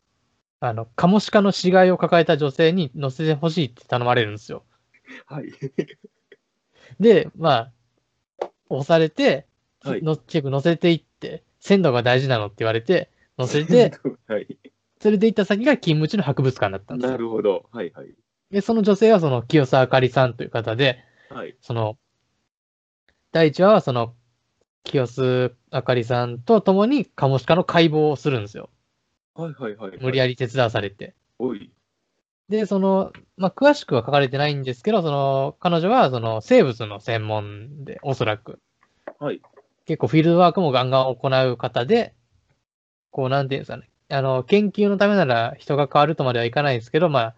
A: あの、カモシカの死骸を抱えた女性に乗せてほしいって頼まれるんですよ。
B: はい。
A: で、まあ、押されて、
B: はい
A: の結構乗せていって、鮮度が大事なのって言われて、乗せて、、
B: はい。
A: 連れて行った先が勤務中の博物館だったんです
B: な
A: よ。
B: るほど。はいはい。
A: で、その女性はその清澤あかりさんという方で、
B: はい。
A: その、第一話はその、清須あかりさんと共にカモシカの解剖をするんですよ。
B: はいはいはい。
A: 無理
B: や
A: やり手伝わされて。
B: おい。
A: で、その、まあ、詳しくは書かれてないんですけど、その、彼女は、その、生物の専門で、おそらく。
B: はい。
A: 結構、フィールドワークもガンガン行う方で、こう、なんていうんですかね。あの、研究のためなら人が変わるとまではいかないですけど、まあ、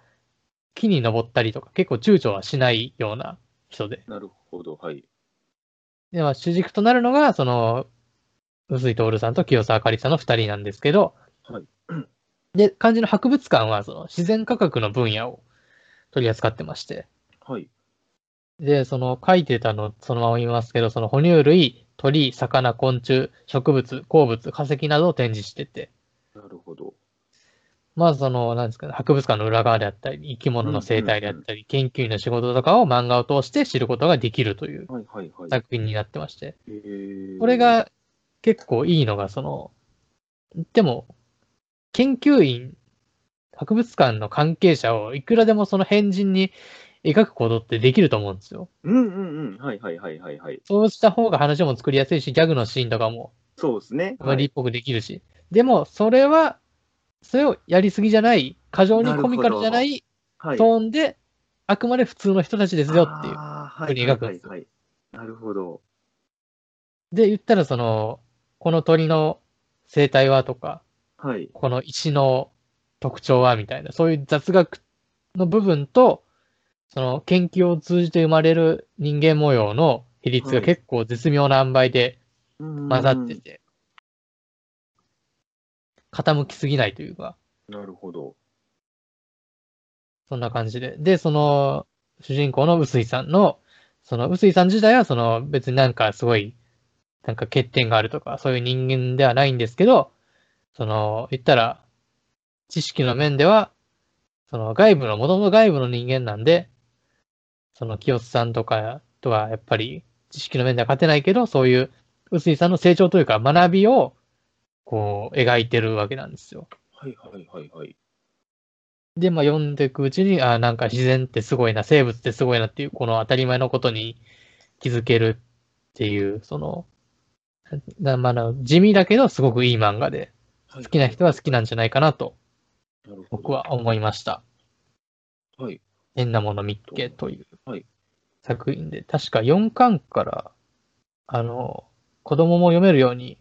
A: 木に登ったりとか、結構躊躇はしないような人で。
B: なるほど。はい。
A: で、まあ、主軸となるのが、その、臼井徹さんと清澤あかりさんの二人なんですけど、
B: はい
A: で、漢字の博物館は、その、自然科学の分野を取り扱ってまして、
B: はい。
A: で、その書いてたの、そのまま言いますけど、その哺乳類、鳥、魚、昆虫、植物、鉱物、化石などを展示してて、
B: なるほど。
A: まずその、なんですかね、博物館の裏側であったり、生き物の生態であったり、研究員の仕事とかを漫画を通して知ることができるという
B: はいはいはい。
A: 作品になってまして、
B: えー
A: これ、が結構いいのが、その、でも、研究員、博物館の関係者をいくらでもその変人に描くことってできると思うんですよ。
B: うんうんうん。はいはいはいはいはい。
A: そうした方が話も作りやすいし、ギャグのシーンとかも
B: そうですね。
A: コメディっぽくできるし。でも、それは、それをやりすぎじゃない、過剰にコミカルじゃない
B: はい。
A: トーンで、あくまで普通の人たちですよっていう。
B: あー
A: ふうに描く
B: は
A: ん
B: い
A: ですよ
B: はいはいはい、なるほど。
A: で、言ったら、その、この鳥の生態はとか、
B: はい。
A: この石の特徴はみたいな、そういう雑学の部分と、その研究を通じて生まれる人間模様の比率が
B: はい
A: 結構絶妙な塩梅で
B: 混
A: 混ざってて、傾きすぎないというか、
B: なるほど。
A: そんな感じで。で、その、主人公の臼井さんの、その臼井さん自体は、その別になんかすごい、なんか欠点があるとか、そういう人間ではないんですけど、その、言ったら、知識の面では、その外部の、もともと外部の人間なんで、その清津さんとかとはやっぱり知識の面では勝てないけど、そういう臼井さんの成長というか学びをこう描いてるわけなんですよ。
B: はいはいはいはい。
A: で、まあ、読んでいくうちに、あなんか自然ってすごいな、生物ってすごいなっていう、この当たり前のことに気づけるっていう、その、なまあな、地味だけど、すごくいい漫画で、
B: 好
A: 好きな人は好きなんじゃないかなと、
B: なるほど
A: 僕。は思いました。
B: はい。
A: 変なもの見っけという
B: はい
A: 作品で、確か4巻から、あの、子供も読めるように、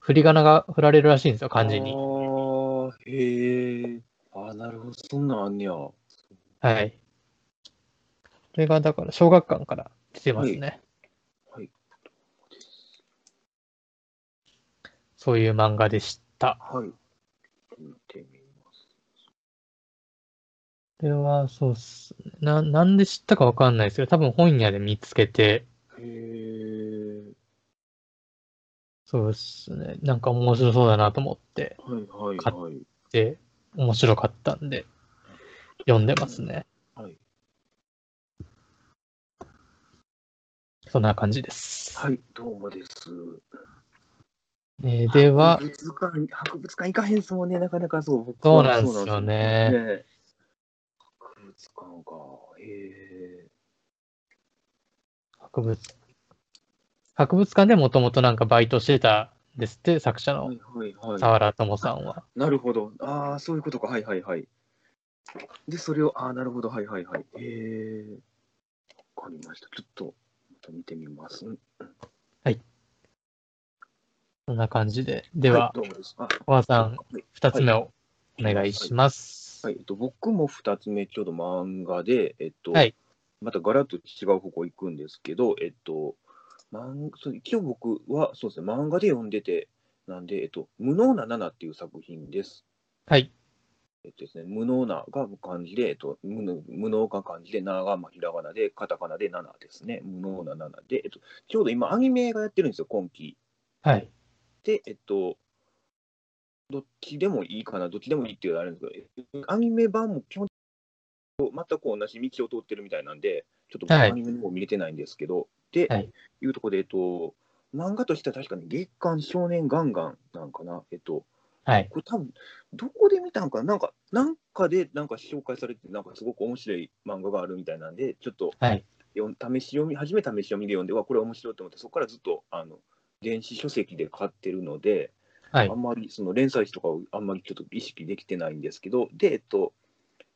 A: 振り仮名が振られるらしいんですよ、漢字
B: あ
A: に。
B: ーへえ。あーなるほど。そんなんあんねや。
A: はい。これが、だから、小学館から来てますね。
B: はい。
A: そういう漫画でした。
B: はい。見てみます。
A: これは、そうっすね。な、なんで知ったかわかんないですけど、多分本屋で見つけて、
B: へえ。
A: そうですね。なんか面白そうだなと思って、
B: はいはい
A: か
B: はい。
A: で、面白かったんで、読んでますね。
B: はい。
A: そんな感じです。
B: はい、どうもです。
A: えーでは
B: 博、物館、博物館行かへんすもんね、なかなかそう。僕
A: そう
B: は
A: なんですよね
B: そうなんですよね博物館か。へえ。
A: 博物、博物館でもともとなんかバイトしてたんですって、作者
B: は
A: の
B: いはいは
A: 沢原智さんは。
B: い。なるほど。ああ、そういうことか。はいはいはい。で、それを、ああ、なるほど。はいはいはい。へえ。わかりました。ちょっと、また見てみます。
A: そんな感じで。では、
B: いどうもです。あ
A: 小川さん、
B: はい
A: 二つ目をお願いします。
B: はいえっと、僕も2つ目、ちょうど漫画で、えっと
A: はい
B: またガラッと違う方向行くんですけど、えっと、漫そう一応僕はそうです、ね、漫画で読んでて、なんで、えっと、無能な7っていう作品です。
A: はい。
B: えっとですね、無能なが漢字で、えっと、無能無能が漢字で、7がまあひらがなで、カタカナで7ですね。無能な7で、えっと、ちょうど今、アニメがやってるんですよ、今期。
A: はい。
B: で、えっと、どっちでもいいかな、どっちでもいいっていうのはあるんですけど、アニメ版も基本的に全く同じ道を通ってるみたいなんで、ちょっと
A: はい
B: アニメの方見れてないんですけど、で、
A: はい
B: い、うところで、えっと、漫画としては確かに月刊少年ガンガンなんかな、えっと、
A: はい。
B: これ多分、どこで見たんかな、なんか、なんかでなんか紹介されて、なんかすごく面白い漫画があるみたいなんで、ちょっと
A: はい。
B: 読ん試し読み、初め試し読みで読んで、わ、これ面白いと思って、そこからずっと、あの、電子書籍で買ってるので、
A: はい
B: あ。んまりその連載誌とかをあんまりちょっと意識できてないんですけど、で、えっと、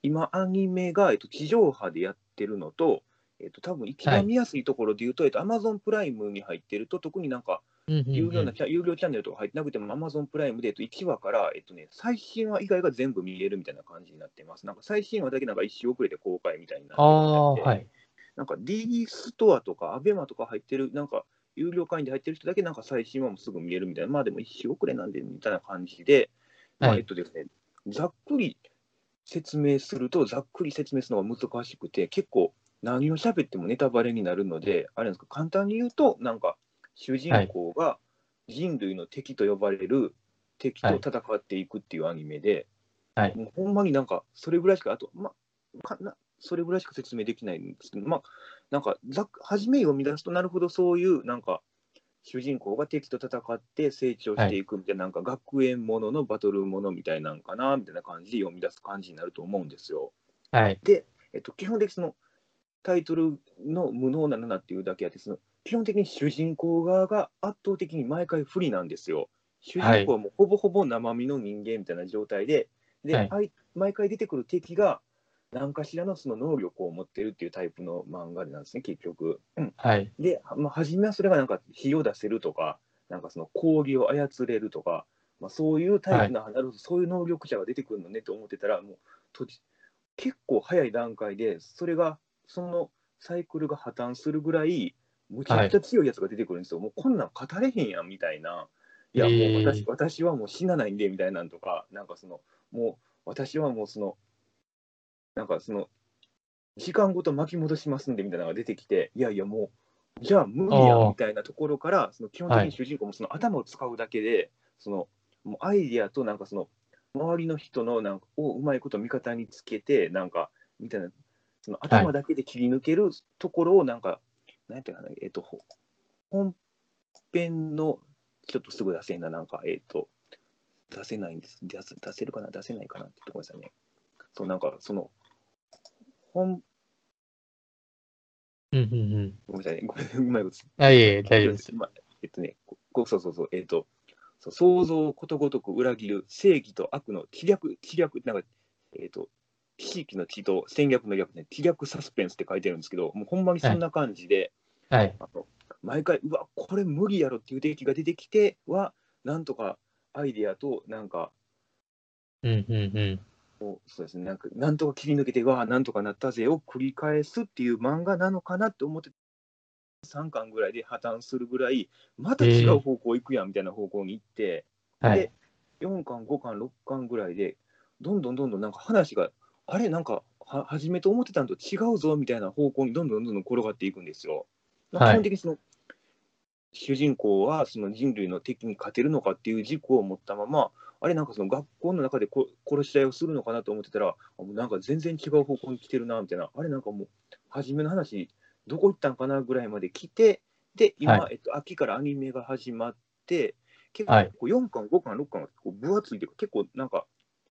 B: 今、アニメが、えっと、地上波でやってるのと、えっと、多分一
A: はい
B: 番見やすいところで言うと、えっと、Amazon プライムに入ってると、特になんか、
A: うんうんうん
B: 有料な、チャ有料チャンネルとか入ってなくても、Amazon プライムで、えっと、1話から、えっとね、最新話以外が全部見れるみたいな感じになってます。なんか、最新話だけなんか一周遅れて公開みたいになって
A: ああ、
B: るみたいで
A: はい。
B: なんか D ストアとか ABEMA とか入ってる、なんか有料会員で入ってる人だけなんか最新話もすぐ見えるみたいな、まあでも一周遅れなんでみたいな感じで、ま
A: は
B: あ
A: い
B: えっとですね、ざっくり説明すると、ざっくり説明するのが難しくて、結構何を喋ってもネタバレになるので、あれなんですか、簡単に言うと、なんか主人公が人類の敵と呼ばれる敵と戦っていくっていうアニメで、
A: はい
B: もうほんまになんかそれぐらいしか、あと、まあ、かなそれぐらいしか説明できないんですけど、まあ、なんかざっ初め読み出すとなるほどそういうなんか主人公が敵と戦って成長していくみたいな,、なんか学園もののバトルものみたいなんかなみたいな感じで読み出す感じになると思うんですよ。
A: はい。
B: えっと、基本的にそのタイトルの「無能な7」っていうだけあってその基本的に主人公側が圧倒的に毎回不利なんですよ。主人公はもうほぼほぼ生身の人間みたいな状態でで、
A: はい
B: あい毎回出てくる敵が何かしらのその能力を持ってるっていうタイプの漫画なんですね結局。うん
A: はい。
B: で、まあ、初めはそれがなんか火を出せるとかなんかその氷を操れるとか、まあ、そういうタイプな、なるほどそういう能力者が出てくるのねと思ってたらもうとじ結構早い段階でそれがそのサイクルが破綻するぐらいむちゃくちゃ強いやつが出てくるんですよ、もうこんなん語れへんやんみたいな。いやも
A: え
B: う
A: ー
B: 私,、私はもう死なないんでみたいなんとかなんかそのもう私はもうそのなんかその時間ごと巻き戻しますんでみたいなのが出てきていやいやもうじゃあ無理や
A: あー
B: んみたいなところからその基本的に主人公もその頭を使うだけで、そのもうアイディアとなんかその周りの人のなんかをうまいこと味方につけてなんかみたいなその頭だけで切り抜けるところをなんか、なんやったかなえっ、とほ本編のちょっとすぐ出せんななんかえっ、と出せないんです出せ出せるかな出せないかなってところでしたねそうなんかその本
A: うんうんうん。
B: ごめんなさいねごめんうまいこと
A: あ、いえいえ、大丈夫です。
B: まあえっとね、ここそうそうそう、えっと、そう想像をことごとく裏切る正義と悪の気略、気略、なんか、えっと、地域の地と戦略の略ね、気略サスペンスって書いてるんですけど、もうほんまにそんな感じで、
A: はい。
B: あの毎回、うわ、これ無理やろっていう出来が出てきては、なんとかアイデアと、なんか、
A: うんうんうん。
B: もうそうですね、なんか、なんとか切り抜けて、わあ、なんとかなったぜを繰り返すっていう漫画なのかなって思って、3巻ぐらいで破綻するぐらい、また違う方向行くやんみたいな方向に行って、
A: はい
B: で。4巻、5巻、6巻ぐらいで、どんどんどんどんなんか話が、あれ、なんか、は初めと思ってたんと違うぞみたいな方向にどんどんどんどん転がっていくんですよ。まあ
A: はい
B: 基本的にその、主人公はその人類の敵に勝てるのかっていう軸を持ったまま、あれなんかその学校の中でこ殺し合いをするのかなと思ってたら、あもうなんか全然違う方向に来てるなみたいな、あれなんかもう、初めの話、どこ行ったんかなぐらいまで来て、で、今、
A: は
B: えっと、秋からアニメが始まって、結
A: はい
B: 構4巻、5巻、6巻が結構分厚いで、結構なんか、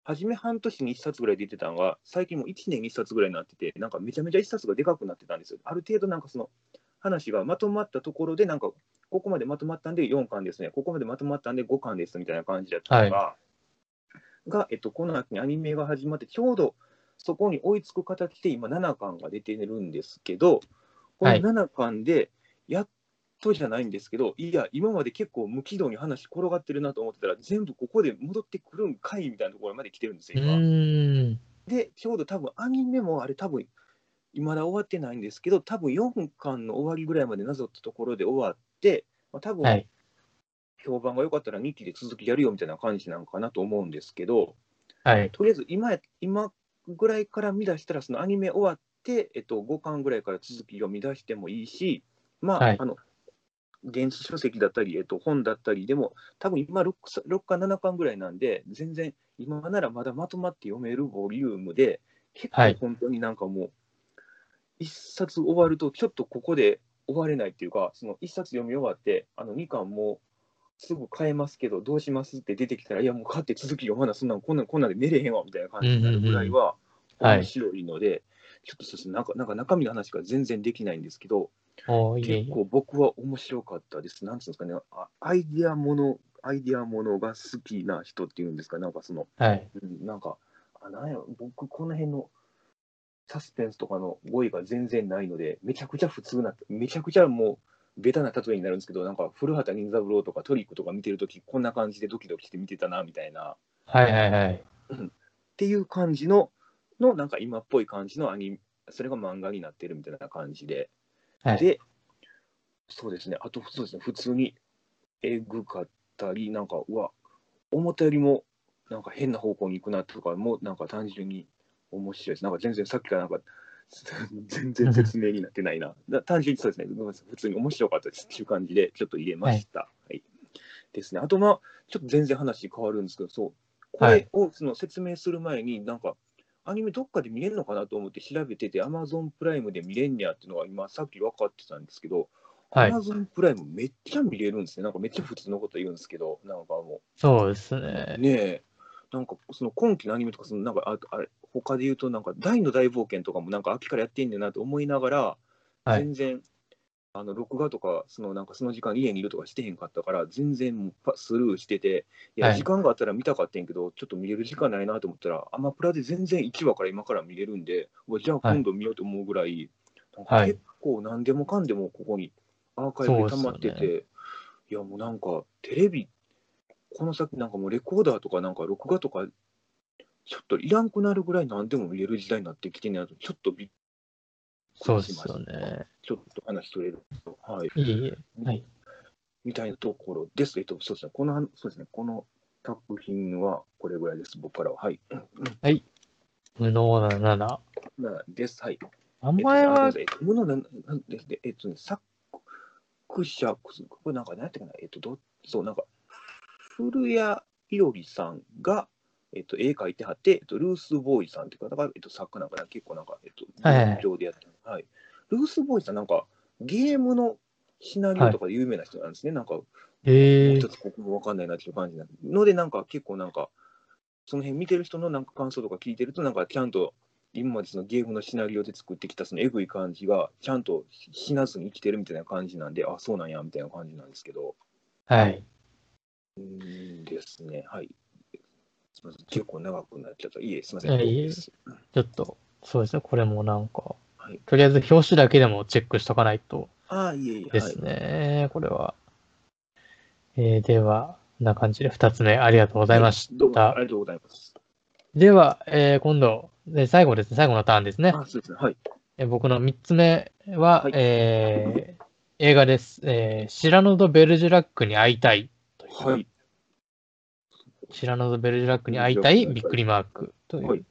B: 初め半年に1冊ぐらい出てたのが、最近もう1年に1冊ぐらいになってて、なんかめちゃめちゃ1冊がでかくなってたんですよ。ある程度なんかその話がまとまったところで、なんか、ここまでまとまったんで4巻ですね、ここまでまとまったんで5巻ですみたいな感じだったのが、が、えっと、この秋にアニメが始まって、ちょうどそこに追いつく形で今7巻が出てるんですけど、この
A: はい
B: 7巻でやっとじゃないんですけど、いや、今まで結構無軌道に話転がってるなと思ってたら、全部ここで戻ってくるんかいみたいなところまで来てるんです
A: う
B: よ、今。
A: ーん。
B: で、ちょうど多分アニメもあれ多分、まだ終わってないんですけど、多分4巻の終わりぐらいまでなぞったところで終わって、まあ、多分、
A: はい。
B: 評判が良かったら2期で続きやるよみたいな感じなんかなと思うんですけど、
A: はい。
B: とりあえず今や今ぐらいから見出したら、そのアニメ終わって、えっと、5巻ぐらいから続き読み出してもいいし、まあ、
A: はい
B: あの電子書籍だったり、えっと、本だったりでも、多分今 6, 6巻、7巻ぐらいなんで、全然今ならまだまとまって読めるボリュームで、結
A: は
B: 構
A: い
B: 本当になんかもう、一冊終わると、ちょっとここで終われないっていうか、その一冊読み終わって、あの2巻もすぐ買えますけど、どうしますって出てきたら、いや、もう買って続き読まな、そんなんこんなんこんなんで寝れへんわみたいな感じになるぐらいは
A: うんうんうんはい
B: 面白いので、ちょっとそうですねなんかなんか中身の話が全然できないんですけど、
A: おーいえい
B: 結構僕は面白かったです。なんていうんですかね、あアイディアもの、アイディアものが好きな人っていうんですか、なんかその、
A: え。はい。
B: うんなんか、あなんやろ僕、この辺のサスペンスとかの語彙が全然ないので、めちゃくちゃ普通な、めちゃくちゃもう、ベタな例えになるんですけど、なんか古畑任三郎とかトリックとか見てるとき、こんな感じでドキドキして見てたなみたいな、っ
A: はいはいはい。
B: ていう感じの、のなんか今っぽい感じのアニメ、それが漫画になってるみたいな感じで、
A: はい。
B: で、そうですね、あと、そうですね、普通にえぐかったり、なんか、うわ、思ったよりも、なんか変な方向に行くなとかも、なんか単純に面白いです。なんか全然さっきからなんか、 全然説明になってないな。だ単純にそうですね、ごめんなさい、普通に面白かったですっていう感じで、ちょっと入れました。はい。ですね。あと、まあ、ちょっと全然話変わるんですけど、そう、こ
A: は
B: れ
A: い
B: をその説明する前に、なんか、アニメどっかで見れるのかなと思って調べてて、Amazon プライムで見れんねやっていうのが今、さっき分かってたんですけど、
A: はい。
B: Amazon プライムめっちゃ見れるんですね。なんかめっちゃ普通のこと言うんですけど、なんかも
A: そうです
B: う、
A: ね。
B: ねえ、なんかその今期のアニメとか、そのなんかああれ他で言うと、なんか大の大冒険とかもなんか秋からやってんねんなと思いながら、
A: はい
B: 全然、あの録画とか、そのなんかその時間家にいるとかしてへんかったから、全然もうパスルーしてて、い
A: は
B: や、
A: い
B: 時間があったら見たかってんけど、ちょっと見れる時間ないなと思ったら、アマプラで全然1話から今から見れるんで、うわじゃあ今度見ようと思うぐらい、なんか
A: はい
B: 結構何でもかんでもここにアーカイブに溜まって
A: そうです
B: て、
A: よ
B: いやもうなんかテレビ、この先なんかもうレコーダーとかなんか録画とか、ちょっといらんくなるぐらい何でも見れる時代になってきてんねやと、ちょっとびっく
A: そう
B: り
A: で
B: しますした
A: よ。ね。
B: ちょっと話取れると。はい。
A: いえいえ。はい
B: みたいなところです。えっと、そうですね。この話、そうですね。この作品はこれぐらいです。僕からは。はい。
A: 無能な7。
B: なです。はい。
A: 名前は、
B: えっとあごめんなさいえっとものなんなんですね。えっとね、作者、これなんか何やったかな。えっと、どそう、なんか、古谷いおりさんがえっと、絵描いてはって、えっと、ルース・ボーイさんっていう方が、えっと、作家なんかな結構なんか、えっと、
A: はいはい
B: 上でやってる、はいルース・ボーイさんなんかゲームのシナリオとかで有名な人なんですね。なんか、もう
A: え
B: 一つここもわかんないなっていう感じなので、なんか結構なんか、その辺見てる人のなんか感想とか聞いてると、なんかちゃんと今までそのゲームのシナリオで作ってきたそのエグい感じが、ちゃんと死なずに生きてるみたいな感じなんで、あ、そうなんやみたいな感じなんですけど。
A: はい。
B: うーんですね、はい。すみません、結構長くなっちゃった。いえ、すみま
A: い
B: せん。
A: やいえ
B: です
A: ちょっと、そうですね。これもなんか、
B: はい
A: とりあえず表紙だけでもチェックしとかないと
B: ああ、いえいえ、
A: で
B: はい
A: す。ね。これは。えーでは、こんな感じで2つ目ありがとうございまし
B: どうも
A: た
B: あ。りがとうございます。
A: では、えー今度、えー最後ですね。最後のターンですね。
B: あそうですね、はい。
A: えー僕の3つ目は、
B: はい
A: えー映画です。えーシラノド・ベルジュラックに会いたいという。
B: はい。
A: シラノド・ベルジュラックに会いたいびっくりマークとい
B: は
A: う
B: い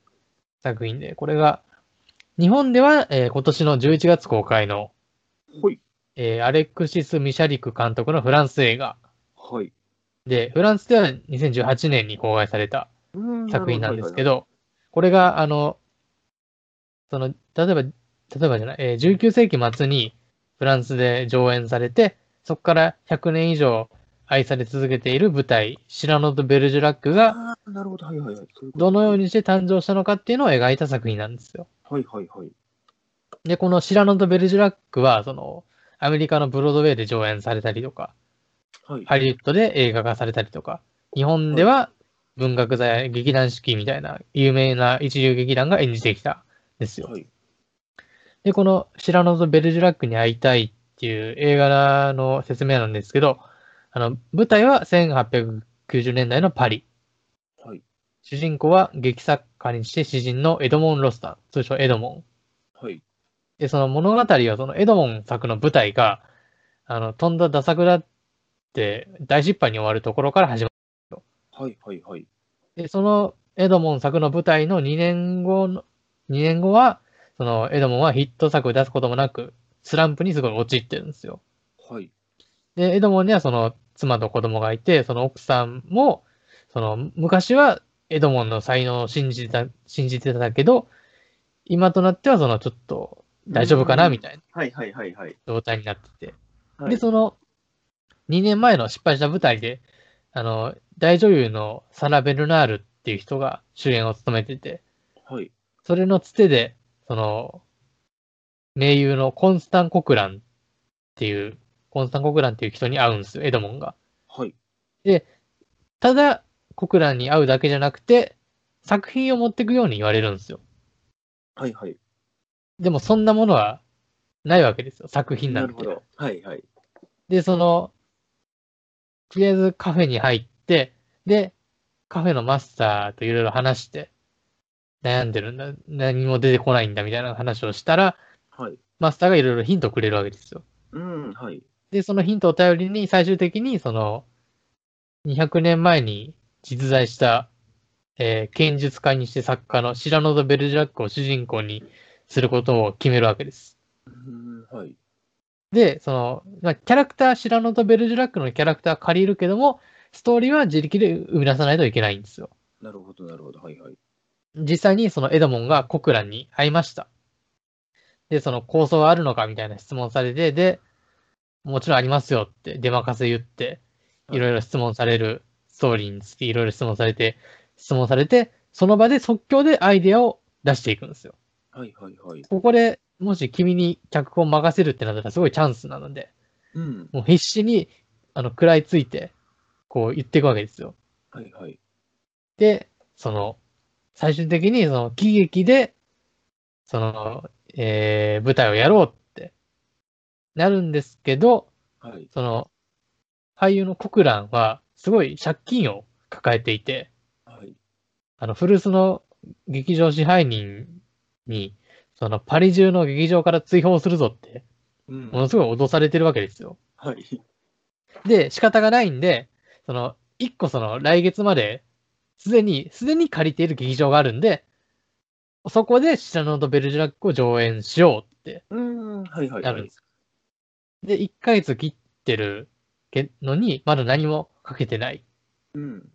A: 作品で、これが、日本では、えー今年の11月公開の、
B: はい。
A: えーアレクシス・ミシャリク監督のフランス映画
B: はい。
A: で、フランスでは2018年に公開された
B: うー
A: 作品なんですけ
B: ど。
A: ど、これが、あの、その、例えば、例えばじゃない、えー19世紀末にフランスで上演されて、そこから100年以上愛され続けている舞台、シラノとベルジュラックが、
B: ああ、なるほど、はいはいはい。そういうこと
A: どのようにして誕生したのかっていうのを描いた作品なんですよ。
B: はいはいはい。
A: で、このシラノとベルジュラックは、その、アメリカのブロードウェイで上演されたりとか、
B: はい。
A: ハリウッドで映画化されたりとか、日本では文学座や劇団四季みたいな有名な一流劇団が演じてきたんですよ。
B: はい。
A: で、このシラノとベルジュラックに会いたいっていう映画の説明なんですけど、あの、舞台は1890年代のパリ。
B: はい。
A: 主人公は劇作家にして詩人のエドモン・ロスタン、通称エドモン。
B: はい。
A: で、その物語は、そのエドモン作の舞台が、あの、飛んだダサくだって大失敗に終わるところから始まる。
B: はいはいはい。
A: で、そのエドモン作の舞台の2年後の、2年後は、そのエドモンはヒット作を出すこともなく、スランプにすごい陥ってるんですよ。
B: はい。
A: で、エドモンにはその妻と子供がいて、その奥さんも、その昔はエドモンの才能を信じてた、信じてたけど、今となってはそのちょっと大丈夫かなみ
B: い
A: たいな
B: な。はいはいはいはい。
A: 状態になってて。
B: はい
A: で、その、2年前の失敗した舞台で、あの、大女優のサラ・ベルナールっていう人が主演を務めてて、
B: はい。
A: それのつてで、その、名優のコンスタン・コクランっていう、コンスタン・コクランっていう人に会うんですよ、エドモンが。
B: はい。
A: ただ、コクランに会うだけじゃなくて、作品を持っていくように言われるんですよ。
B: はいはい。
A: でも、そんなものはないわけですよ、作品な
B: なん
A: て。
B: るほど。はいはい。
A: で、その、とりあえずカフェに入って、で、カフェのマスターといろいろ話して、悩んでるんだ、何も出てこないんだみたいな話をしたら、
B: はい。
A: マスターがいろいろヒントをくれるわけですよ。
B: うん、はい。
A: で、そのヒントを頼りに最終的に、その、200年前に実在した、えー剣術家にして作家のシラノド・ベルジュラックを主人公にすることを決めるわけです。
B: うん、はい。
A: で、その、まあ、キャラクター、シラノとベルジュラックのキャラクターは借りるけども、ストーリーは自力で生み出さないといけないんですよ。
B: なるほど、なるほど。はいはい。
A: 実際にそのエドモンがコクランに会いました。で、その構想はあるのかみたいな質問されて、で、もちろんありますよって出任せ言って、
B: はい
A: いろいろ質問される、ストーリーにつきいろいろ質問されて、質問されて、その場で即興でアイデアを出していくんですよ。
B: はいはいはい。
A: ここでもし君に脚本任せるってなったらすごいチャンスなので、
B: うん。
A: もう必死に、あの、食らいついて、こう言っていくわけですよ。
B: はいはい。
A: で、その、最終的に、その、喜劇で、その、えー、舞台をやろうって、なるんですけど、
B: はい。
A: その、俳優のコクランは、すごい借金を抱えていて、
B: はい。
A: あの、古巣の劇場支配人に、その、パリ中の劇場から追放するぞって、
B: うん。
A: ものすごい脅されてるわけですよ。
B: はい。
A: で、仕方がないんで、その、一個その、来月まで、すでに、すでに借りている劇場があるんで、そこでシラノとベルジュラックを上演しようって
B: うん。はいはい。
A: なるんです。で、1ヶ月切ってるけのに、まだ何もかけてない。
B: うん。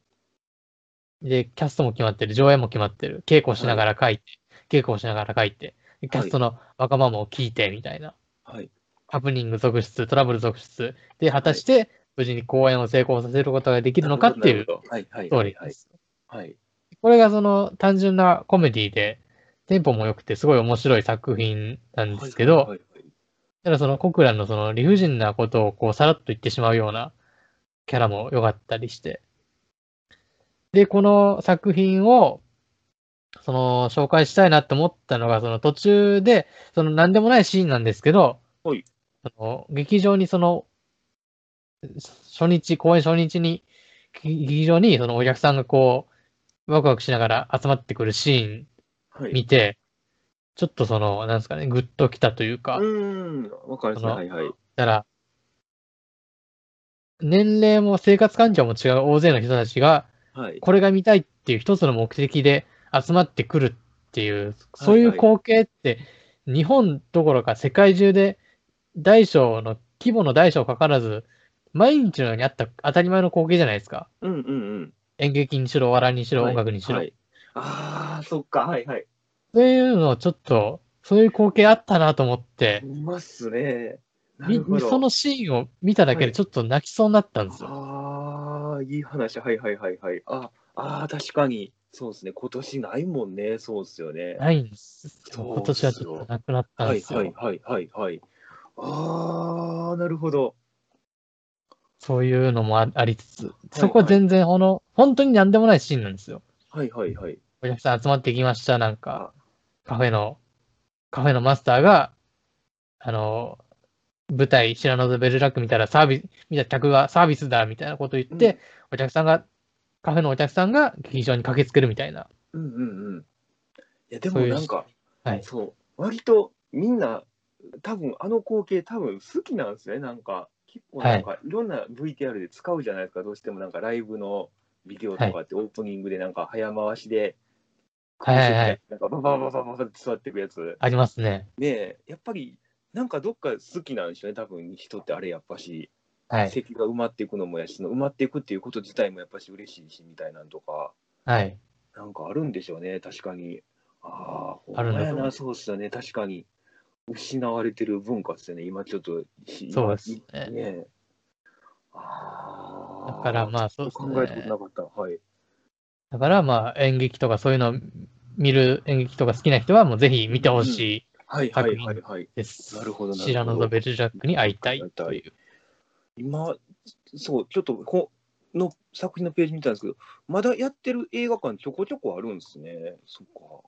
A: で、キャストも決まってる、上演も決まってる、稽古しながら書いて、稽古をしながら書いて、でキャストのわがままを聞いて、みたいな。
B: はい。
A: ハプニング続出、トラブル続出。で、果たして、無事に公演を成功させることができるのかっていう
B: なるほど。はいはい
A: ストー
B: は
A: リ
B: い
A: ー
B: は
A: で
B: い。
A: す。
B: はい。
A: これがその単純なコメディで、テンポも良くて、すごい面白い作品なんですけ
B: はい
A: ど
B: は、いはい
A: ただそのコクランのその理不尽なことをこうさらっと言ってしまうようなキャラも良かったりして。で、この作品を、その紹介したいなと思ったのが、その途中で、その何でもないシーンなんですけど、
B: はい
A: その劇場にその、初日、公演初日に、劇場にそのお客さんがこう、ワクワクしながら集まってくるシーン
B: はい。
A: 見て、ちょっとその、なんですかね、グッときたというか、
B: うーん、わかります
A: そ
B: ね。
A: の
B: はいはい。
A: だから、年齢も生活環境も違う大勢の人たちが、
B: はい。
A: これが見たいっていう一つの目的で集まってくるっていう、そういう
B: はいは
A: 光景って、日本どころか世界中で大小の、規模の大小かからず、毎日のようにあった当たり前の光景じゃないですか。
B: うんうん
A: 演劇にしろ、お笑いにし
B: うん。
A: ろ、音楽にしろ。
B: はい。ああ、そっか。はいはい。
A: そういうのをちょっと、そういう光景あったなと思って
B: う、ますね。な
A: み
B: るほど。
A: そのシーンを見ただけでちょっと泣きそうになったんですよ。
B: ああ、いい話、はいはいはいはい。ああー、確かに、そうですね、今年ないもんね、そうですよね。
A: ないんです。
B: そう
A: 今年はちょっとなくなったん
B: はい
A: ですよ。
B: はいはいはいはい。ああ、なるほど。
A: そういうのもあありつつ、
B: い
A: そこは全然この、本当に何でもないシーンなんですよ。
B: はいはいはい。
A: お客さん集まってきました、なんか、カフェの、カフェのマスターが、あの、舞台、白野のベルラック見たらサービス、見た客がサービスだ、みたいなこと言って、お客さんが、カフェのお客さんが劇場に駆けつけるみたいな。
B: うん、うんうんうん。いや、で
A: そ
B: も
A: ういう
B: なんか、
A: はい。
B: そう、割とみんな、多分あの光景、多分好きなんですね、なんか、結構なんか、いろんな VTR で使うじゃないですか、どうしてもなんかライブのビデオとかって、オープニングでなんか早回しで、
A: はいはいはい
B: なんかババババババって座っていくやつ。
A: ありますね。
B: ねえ、やっぱり、なんかどっか好きなんでしょうね、多分人ってあれやっぱし、
A: はい。
B: 席が埋まっていくのもやし、その埋まっていくっていうこと自体もやっぱし嬉しいし、みたいなんとか。
A: はい。
B: なんかあるんでしょうね、確かに。ああ、
A: あるんだと
B: ほ
A: 思
B: ん
A: う
B: まやな、そうっすよね、確かに。失われてる文化っすよね、今ちょっと。し
A: そうですね
B: 今ね
A: だ
B: ああ。
A: からまあ、そうです
B: 考
A: ね。
B: えたことなかった。はい。
A: だからまあ演劇とかそういうのを見る演劇とか好きな人はもうぜひ見てほしい
B: はいはいはいはい。
A: です。
B: なるほどなるほど
A: シラノとベルジャックに会いたいという。
B: 今、そう、ちょっとこの作品のページ見たんですけど、まだやってる映画館ちょこちょこあるんですね。そっか。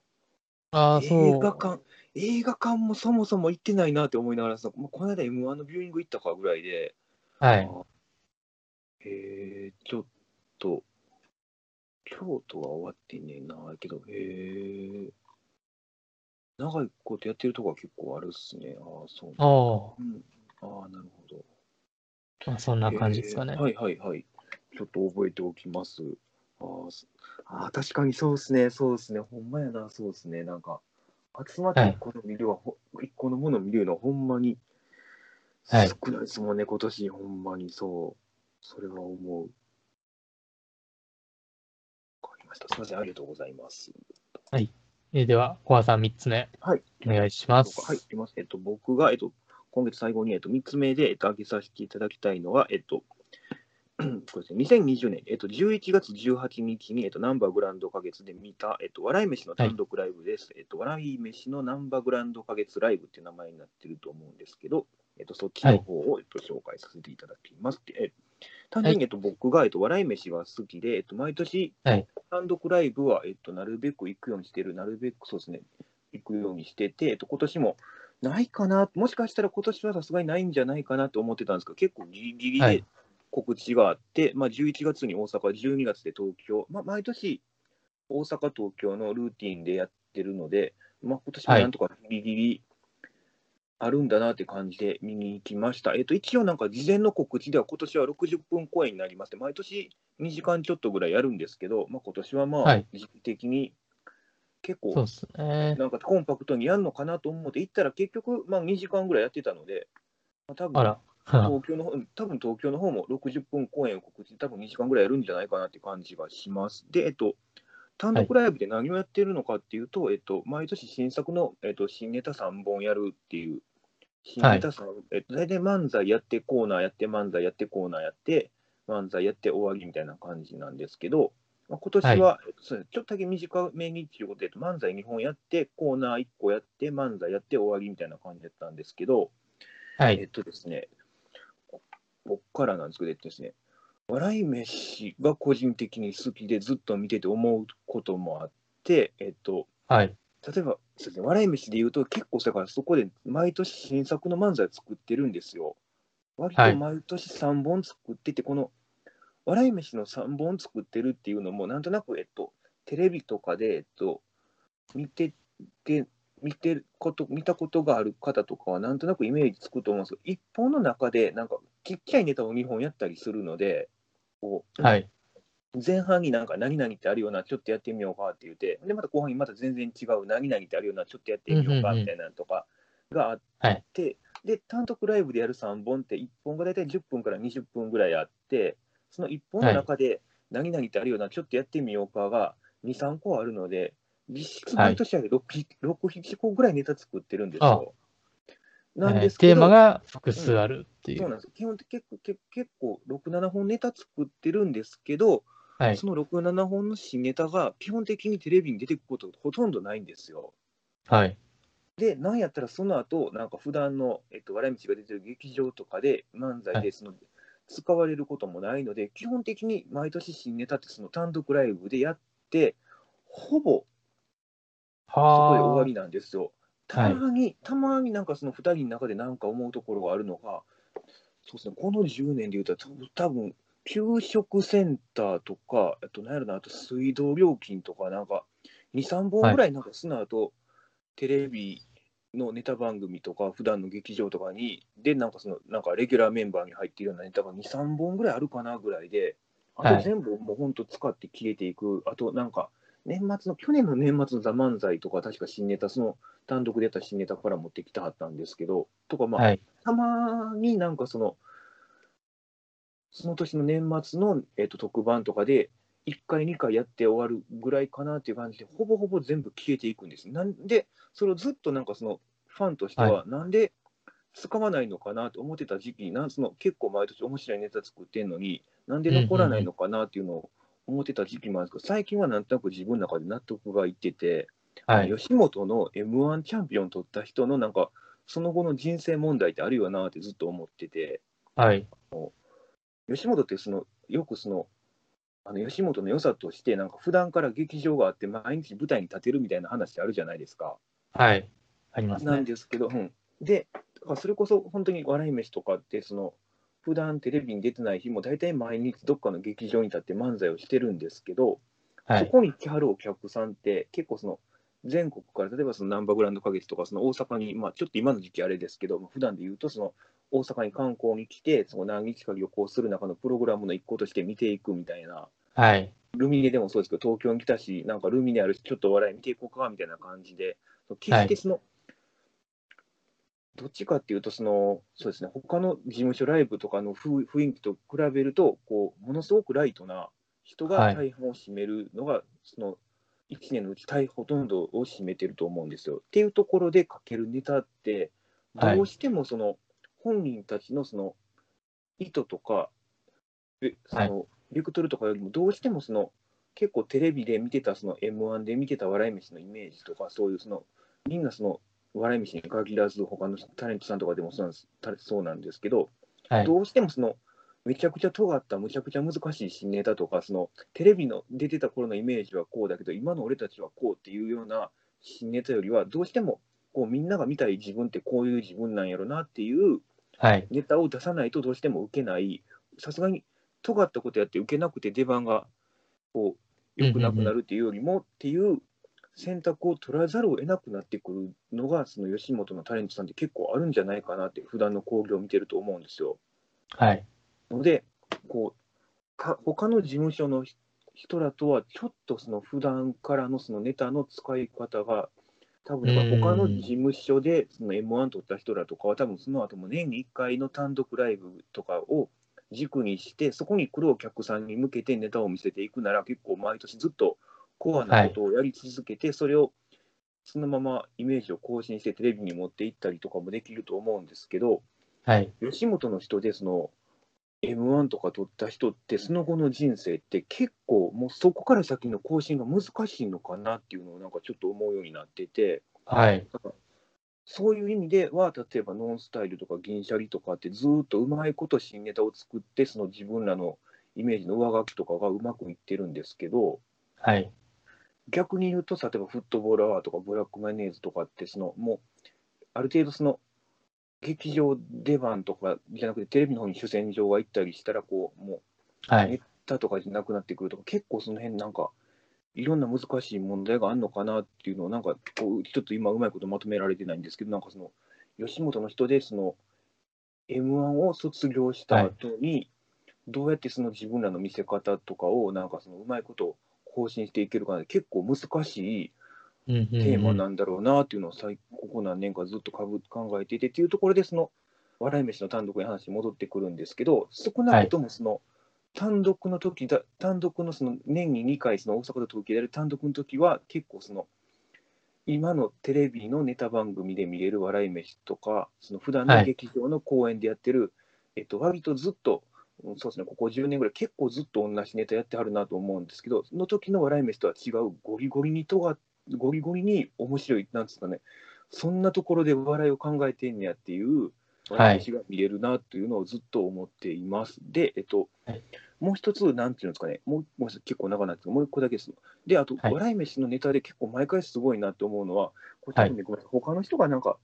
A: ああ、そう。
B: 映画館、映画館もそもそも行ってないなって思いながらさ、まあこの間 M1 のビューイング行ったかぐらいで、
A: はい。
B: えー、ちょっと、京都は終わってんねんな、けど、えー、長いことやってるとこは結構あるっすね。ああ、そう。
A: おお
B: うん、ああ、なるほど。
A: ー、まあ、そんな感じですかね。
B: えーはいはいはい。ちょっと覚えておきます。あーすあー、確かにそうですね、そうですね、ほんまやな、そうですね、なんか、集まって
A: はい
B: 一個の見るは、ほ一個のものを見るのはほんまに少
A: はい
B: ないですもんね、今年、ほんまにそう。それは思う。わかりました。すみません、ありがとうございます。
A: えーでは、コアさん3つ目。
B: はい。
A: お願いします。
B: はい、います。えっと、僕が、えっと、今月最後に、えっと、3つ目で、えっと、挙げさせていただきたいのは、えっと、 これですね、2020年、えっと、11月18日に、えっと、ナンバーグランド花月で見た、えっと、笑い飯の単独ライブです。えっと、笑い飯のナンバーグランド花月ライブっていう名前になってると思うんですけど、えっと、そっちの方を、えっと、紹介させていただきます。でえっと単純に、えっと、僕が、えっと、笑い飯が好きで、えっと、毎年、
A: はい
B: 単独ライブは、えっと、なるべく行くようにしてる、なるべくそうですね、行くようにしてて、えっと、今年もないかな、もしかしたら今年はさすがにないんじゃないかなと思ってたんですけど、結構ギリギリ
A: は
B: で
A: い
B: 告知があって、まあ、11月に大阪、12月で東京、まあ、毎年大阪、東京のルーティンでやってるので、まあ、今年もなんとかギリギリあるんだなって感じで見に行きました。えっと、一応なんか事前の告知では今年は60分公演になりますって、毎年2時間ちょっとぐらいやるんですけど、まあ、今年はま
A: は
B: あ
A: い、
B: 時期的に結構
A: そうですね。
B: なんかコンパクトにやるのかなと思って行ったら、結局、まあ、2時間ぐらいやってたので、まあ、多
A: あ
B: 分
A: ら。
B: 東京の方多分東京の方も60分公演を告知、多分2時間ぐらいやるんじゃないかなって感じがします。で、えっと、単独ライブで何をやってるのかっていうと、えっと、毎年新作の、えっと、新ネタ3本やるっていう、新ネタ3、えっと、大体漫才やって、コーナーやって、漫才やって、コーナーやって、漫才やって終わりみたいな感じなんですけど、まあ、今年は、えっとそうですちょっとだけ短めにっていうことで、えっと漫才2本やって、コーナー1個やって、漫才やって終わりみたいな感じだったんですけど、
A: は
B: えっ
A: い。
B: とですね、ここっからなんですけど、えっとですね、笑い飯が個人的に好きでずっと見てて思うこともあって、えっと、
A: はい。
B: 例えば、そうですね、笑い飯で言うと結構、だからそこで毎年新作の漫才作ってるんですよ。割と
A: はい
B: 毎年3本作ってて、この笑い飯の3本作ってるっていうのも、なんとなく、えっと、テレビとかで、えっと、見てて、見てること、見たことがある方とかは、なんとなくイメージつくと思うんですけど、一本の中で、なんか、ちっちゃいネタを2本やったりするので、こう、
A: はい。
B: 前半になんか何々ってあるような、ちょっとやってみようかって言って、で、また後半にまた全然違う何々ってあるような、ちょっとやってみよう
A: う
B: か
A: んうんうん
B: みたいなのとかがあって、
A: はい
B: で、単独ライブでやる3本って、1本が大体10分から20分ぐらいあって、その1本の中で何々ってあるような、ちょっとやってみようかが2、3個あるので、実質
A: はい
B: 毎年あれ 6, 6、7個ぐらいネタ作ってるんですよ。なん
A: え
B: で
A: ー
B: すけ
A: テー
B: ど、
A: マが複数あるってい
B: そうな
A: う。
B: んです基本的に結構結構6、7本ネタ作ってるんですけど、
A: はい
B: そ。の6、7本の新ネタが基本的にテレビに出てくことほとんどないんですよ。
A: はい。
B: で、なんやったらその後、なんか普段の、えっと、笑い道が出てる劇場とかで漫才
A: は
B: でその、使われることもないので、基本的に毎年新ネタってその単独ライブでやって、ほぼそこで終
A: は
B: わ
A: あ。
B: りなんですよ。
A: は
B: た
A: い
B: まに、たまになんかその2人の中でなんか思うところがあるのが、そうですね、この10年で言うと、た多分給食センターとか、あと何やろな、あと水道料金とか、なんか2、3本ぐらい、なんかその後、テレビのネタ番組とか、普段の劇場とかに、で、なんかその、なんかレギュラーメンバーに入ってるようなネタが2、3本ぐらいあるかなぐらいで、あ
A: は
B: と
A: い
B: 全部もうほんと使って消えていく、あとなんか、年末の、去年の年末のザ・漫才とか、確か新ネタ、その単独でやった新ネタから持ってきたはったんですけど、とか、まあ、
A: はい。
B: たまになんかその、その年の年末の、えっと特番とかで、1回、2回やって終わるぐらいかなっていう感じで、ほぼほぼ全部消えていくんです。なんで、それをずっとなんかその、ファンとしては、なんで使わないのかなと思ってた時期、なんその結構毎年面白いネタ作ってんのに、なんで残らないのかなっていうのを思ってた時期もあるんですけど、最近はなんとなく自分の中で納得がいってて、
A: はい。
B: 吉本の m 1チャンピオン取った人のなんかその後の人生問題ってあるよなってずっと思ってて
A: はい。
B: 吉本ってそのよくそのあの吉本の良さとしてなんか普段から劇場があって毎日舞台に立てるみたいな話あるじゃないですか。
A: はい。あります
B: なん
A: ね。
B: ですけど、うん、でだからそれこそ本当に笑い飯とかってその普段テレビに出てない日も大体毎日どっかの劇場に立って漫才をしてるんですけど、
A: は
B: そ
A: い。
B: こに来はるお客さんって、結構その全国から、例えばそのナンバーグランド花月とか、その大阪に、まあ、ちょっと今の時期あれですけど、まあ普段で言うと、その大阪に観光に来て、その何日か旅行する中のプログラムの一個として見ていくみたいな、
A: はい。
B: ルミネでもそうですけど、東京に来たし、なんかルミネあるし、ちょっとお笑い見ていこうかみたいな感じで、決してその、どっちかっていうとその、そうですね、他の事務所ライブとかの雰雰囲気と比べるとこう、ものすごくライトな人
A: は
B: が
A: い
B: 大半を占めるのが、その1年のうち大ほとんどを占めてると思うんですよ。っていうところで書けるネタって、
A: はい
B: どうしてもその、本人たちのその意図とか、えそ
A: はい
B: のビクトルとかよりも、どうしてもその結構テレビで見てた、その m 1で見てた笑い飯のイメージとか、そういうその、みんなその笑い飯に限らず、他のタレントさんとかでもそうなんですたそうなんですけど、
A: はい。
B: どうしてもその、めちゃくちゃ尖った、むちゃくちゃ難しい新ネタとか、そのテレビの出てた頃のイメージはこうだけど、今の俺たちはこうっていうような新ネタよりは、どうしてもこうみんなが見たい自分ってこういう自分なんやろなっていう
A: はい。
B: ネタを出さないとどうしても受けない、さすがに尖ったことやって受けなくて出番がこう良くなくなるっていうよりもっていう選択を取らざるを得なくなってくるのが、その吉本のタレントさんって結構あるんじゃないかなって、普段の興行を見てると思うんですよ。
A: はい。
B: ので、こうか他の事務所の人らとはちょっとその普段からのそのネタの使い方が、多分だから他の事務所でその m 1取った人らとかは、多分その後も年に1回の単独ライブとかを軸にして、そこに来るお客さんに向けてネタを見せていくなら、結構毎年ずっとコアなことをやり続けて、それをそのままイメージを更新してテレビに持っていったりとかもできると思うんですけど、
A: はい。
B: 吉本の人でその M1 とか取った人って、その後の人生って結構もうそこから先の更新が難しいのかなっていうのをなんかちょっと思うようになってて、
A: はい。
B: そういう意味では、例えばノンスタイルとか銀シャリとかってずーっとうまいこと新ネタを作って、その自分らのイメージの上書きとかがうまくいってるんですけど、
A: はい。
B: 逆に言うと、例えばフットボールアワーとかブラックマヨネーズとかって、そのもう、ある程度その、劇場出番とかじゃなくて、テレビの方に主戦場が行ったりしたら、こう、もう、
A: はい。
B: だとかじゃなくなってくるとか、結構その辺なんか、いろんな難しい問題があるのかなっていうのを、なんかこう、ちょっと今、うまいことまとめられてないんですけど、なんかその、吉本の人で、その、M1 を卒業した後に、どうやってその自分らの見せ方とかを、なんかその、うまいこと更新していけるかな、結構難しい
A: うんうんうん
B: テーマなんだろうなっていうのを最、ここ何年かずっとかぶ考えていてっていうところで、その笑い飯の単独に話に戻ってくるんですけど、少なくともその、単独の時だ、単独のその年に2回、その大阪と東京でやる単独の時は、結構その、今のテレビのネタ番組で見れる笑い飯とか、その普段
A: は
B: の
A: い
B: 劇場の公演でやってる、えっと、割とずっと、うんそうですね、ここ10年ぐらい、結構ずっと同じネタやってはるなと思うんですけど、その時の笑い飯とは違う、ゴリゴリに尖っゴリゴリに面白い、なんつうかね、そんなところで笑いを考えてんねやっていう、
A: はい
B: 私が見れるなというのをずっと思っています。で、えっと、
A: はい
B: もう一つ、なんていうんですかね、もうもう結構長くなってもう一個だけです。で、あと、
A: はい
B: 笑い飯のネタで結構毎回すごいなと思うのは、これ
A: は
B: 多
A: い
B: 分ね、ごめんなさい、他の人がなんか、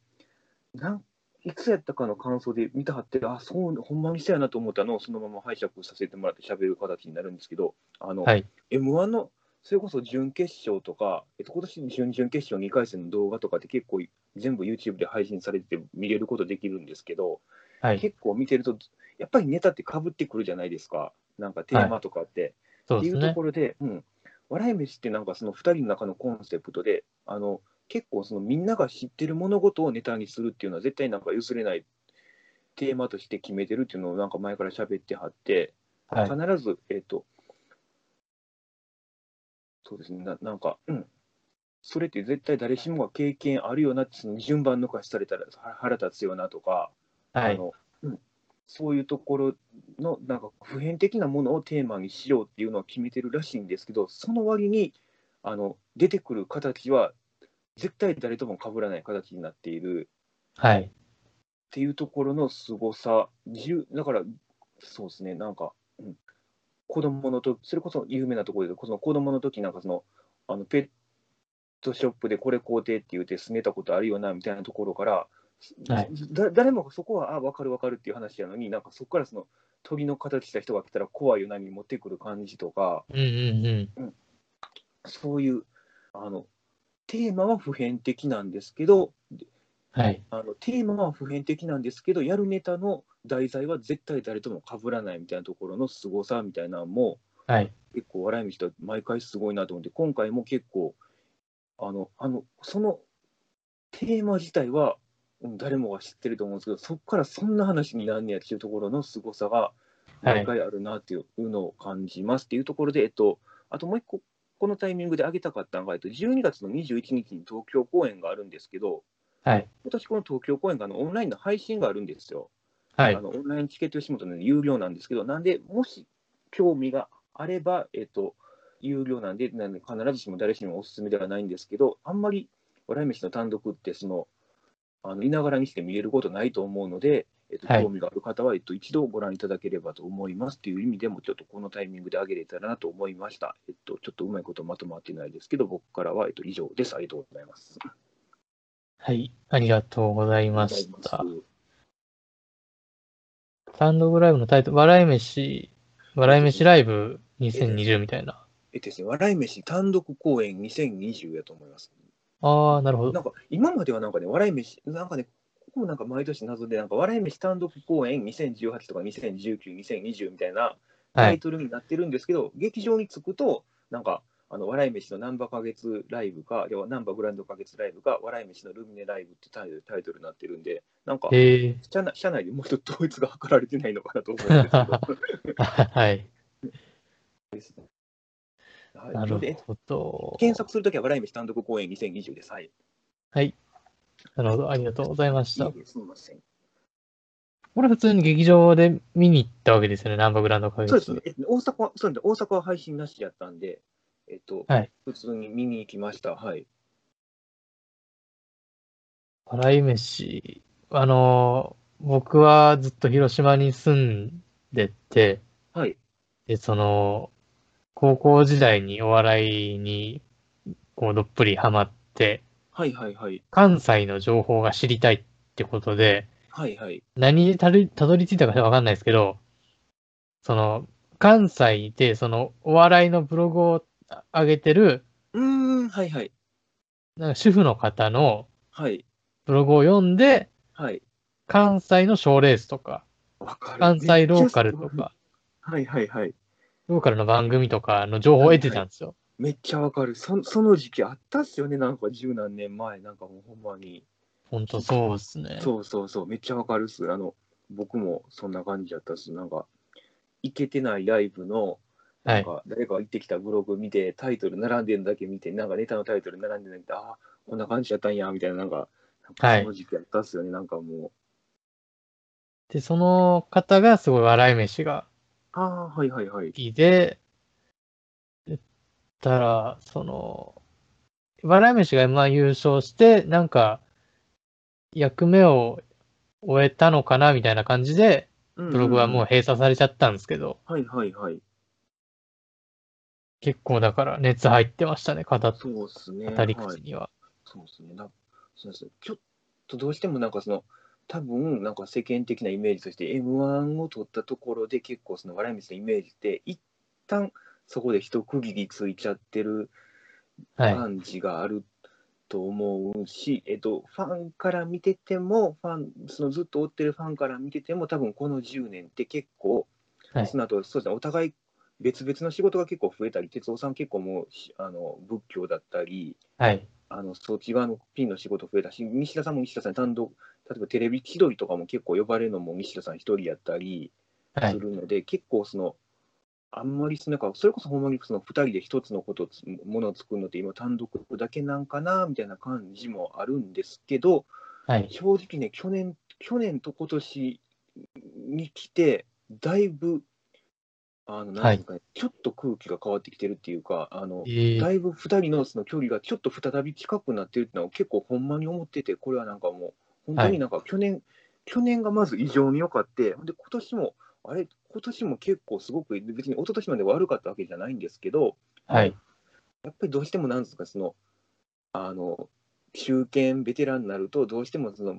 B: なんいつやったかの感想で見たはって、あ、そう、ほんまにそうやなと思ったのをそのまま拝借させてもらって喋る形になるんですけど、あの、
A: はい
B: M1 のそれこそ準決勝とか、えっと、今年の準々決勝2回戦の動画とかって結構全部 YouTube で配信されてて見れることできるんですけど、
A: はい。
B: 結構見てると、やっぱりネタってかぶってくるじゃないですか、なんかテーマとかって。
A: そう
B: って
A: で
B: い
A: す
B: うと
A: ね
B: こ。ろで、うん、笑い飯ってなんかその2人の中のコンセプトで、あの結構そのみんなが知ってる物事をネタにするっていうのは絶対なんか譲れないテーマとして決めてるっていうのをなんか前から喋ってはって、
A: はい。
B: 必ず、えっ、と、そうですね、ななんか、うん、それって絶対誰しもが経験あるよなって、その順番抜かしされたらは腹立つよなとか、
A: は
B: あ
A: い。
B: のうんそういうところのなんか普遍的なものをテーマにしようっていうのは決めてるらしいんですけどその割にあの出てくる形は絶対誰とも被らない形になっている
A: はい。
B: っていうところの凄さ自由だからそうですねなんか、うん、子供の時それこそ有名なところでその子供の時なんかそのあのペットショップでこれ買うてって言って拗ねたことあるよなみたいなところから、
A: はい
B: だ誰もがそこはあ分かる分かるっていう話やのになんかそこからその鳥の形した人が来たら怖いよなに持ってくる感じとか
A: うんうんうん。
B: そういうあのテーマは普遍的なんですけど
A: はい。
B: あのテーマは普遍的なんですけどやるネタの題材は絶対誰とも被らないみたいなところの凄さみたいなのも
A: はい。
B: 結構笑い飯と毎回すごいなと思って今回も結構あのあのそのテーマ自体はうん誰もが知ってると思うんですけどそこからそんな話になんねやっていうところの凄さが
A: はい
B: 毎回あるなっていうのを感じますっていうところで、えっと、あともう一個このタイミングで挙げたかったのが、えっと、12月の21日に東京公演があるんですけど
A: はい。
B: 今年この東京公演があのオンラインの配信があるんですよ。
A: はい
B: あ。のオンラインチケット吉本の有料なんですけど、なんで、もし興味があれば、えっと、有料なんで、なんで必ずしも誰しにもおすすめではないんですけど、あんまり笑い飯の単独ってその、あのいながらにして見えることないと思うので、えっと、
A: はい
B: 興味がある方は、えっと、一度ご覧いただければと思いますという意味でも、ちょっとこのタイミングで挙げれたらなと思いました。えっと、ちょっとうまいことまとまってないですけど、僕からは、えっと、以上です。ありがとうございます。
A: はい。ありがとうございまし
B: あ
A: た
B: り。がとう
A: 単独ライブのタイトル、笑い飯、笑い飯ライブ2020みたいな。
B: えっとですね、笑い飯単独公演2020やと思います。
A: ああ、なるほ
B: な
A: ど。
B: んか今まではなんかね、笑い飯、なんかね、ここもなんか毎年謎で、なんか笑い飯単独公演2018とか2019、2020みたいな
A: は
B: タイ
A: い。
B: トルになってるんですけど、劇場に着くと、なんか、あの笑い飯のナンバ花月ライブか、要はナンバグランド花月ライブか、笑い飯のルミネライブってタイトルタイトルになってるんで、なんか
A: へえ。
B: 社内、社内でもうちょっと統一が図られてないのかなと思うんですけど。
A: はい。
B: ですね。はい、
A: なる
B: で
A: ほど。
B: 検索するときは笑い飯単独公演2020です。はい。
A: はい。なるほど。ありがとうございまし
B: い
A: た
B: い。ですみません。
A: これ普通に劇場で見に行ったわけですよね。ナンバーグランド花
B: そう
A: 月。
B: ですね。えっと大阪は、そうなんです大阪は配信なしやったんで、えっと、
A: はい
B: 普通に見に行きました。はい。
A: 笑い飯。あのー、僕はずっと広島に住んでて、
B: はい。
A: で、その、高校時代にお笑いに、こう、どっぷりハマって、
B: はいはいはい。
A: 関西の情報が知りたいってことで、
B: はいはい。
A: 何にたどりたどり着いたかわかんないですけど、その、関西で、その、お笑いのブログを上げてる、
B: うーん、はいはい。
A: なんか主婦の方の
B: はい。
A: ブログを読んで、
B: はい。
A: 関西の賞ーレースとか、
B: わかる。
A: 関西ローカルと
B: めっちゃ。
A: か、
B: はいはいはい。
A: ローカルの番組とかの情報を得てたんですよ。
B: めっちゃわかる。そその時期あったっすよね、なんか十何年前、なんかもうほんまに。
A: ほんとそうですね。
B: そうそうそう、めっちゃわかるっす。あの、僕もそんな感じだったっす。なんか、行けてないライブの、
A: は
B: なん
A: い。
B: か誰かが行ってきたブログ見て、タイトル並んでるのだけ見て、なんかネタのタイトル並んでるのだけ見て、ああ、こんな感じだったんや、みたいな、なんか、なんか
A: はい
B: その時期やったっすよね、なんかもう。
A: で、その方がすごい笑い飯が
B: ああ、はいはいはい
A: 好。きで、言ったら、その、笑い飯が M1 優勝して、なんか、役目を終えたのかなみたいな感じで、ブ
B: ブ
A: ログはもう
B: う。
A: 閉鎖されちゃったんですけど、
B: はいはいはい。
A: 結構だから熱入ってましたね、語っ
B: そうっすね。
A: 語り
B: はい
A: 口には。
B: そうですね。なそうですね。ちょっとどうしてもなんかその多分なんか世間的なイメージとして M1 を取ったところで結構その笑い飯のイメージって一旦そこで一区切りついちゃってる
A: はい。
B: 感じがあると思うし、えっとファンから見ててもファンそのずっと追ってるファンから見てても多分この10年って結構、
A: はい
B: その後そうですねお互い別々の仕事が結構増えたり哲夫さん結構もうしあの仏教だったり、
A: はい。
B: あのそっち側のピンの仕事増えたし、西田さんも西田さん単独、例えばテレビ千鳥とかも結構呼ばれるのも西田さん一人やったり
A: は
B: す
A: い。
B: るので、結構その、あんまりそのなんか、それこそほんまにその2人で一つのことつ、ものを作るのって今単独だけなんかな、みたいな感じもあるんですけど、
A: はい。
B: 正直ね、去年、去年と今年に来て、だいぶ、あの、なんていうかね、ちょっと空気が変わってきてるっていうか、あの、
A: えー
B: だいぶ2人のその距離がちょっと再び近くなってるってのは結構ほんまに思っててこれはなんかもう本当になんか去年、去年がまず異常に良かってほんで今年もあれ今年も結構すごく別に一昨年まで悪かったわけじゃないんですけど
A: はい。
B: やっぱりどうしてもなんですかそのあの中堅ベテランになるとどうしてもその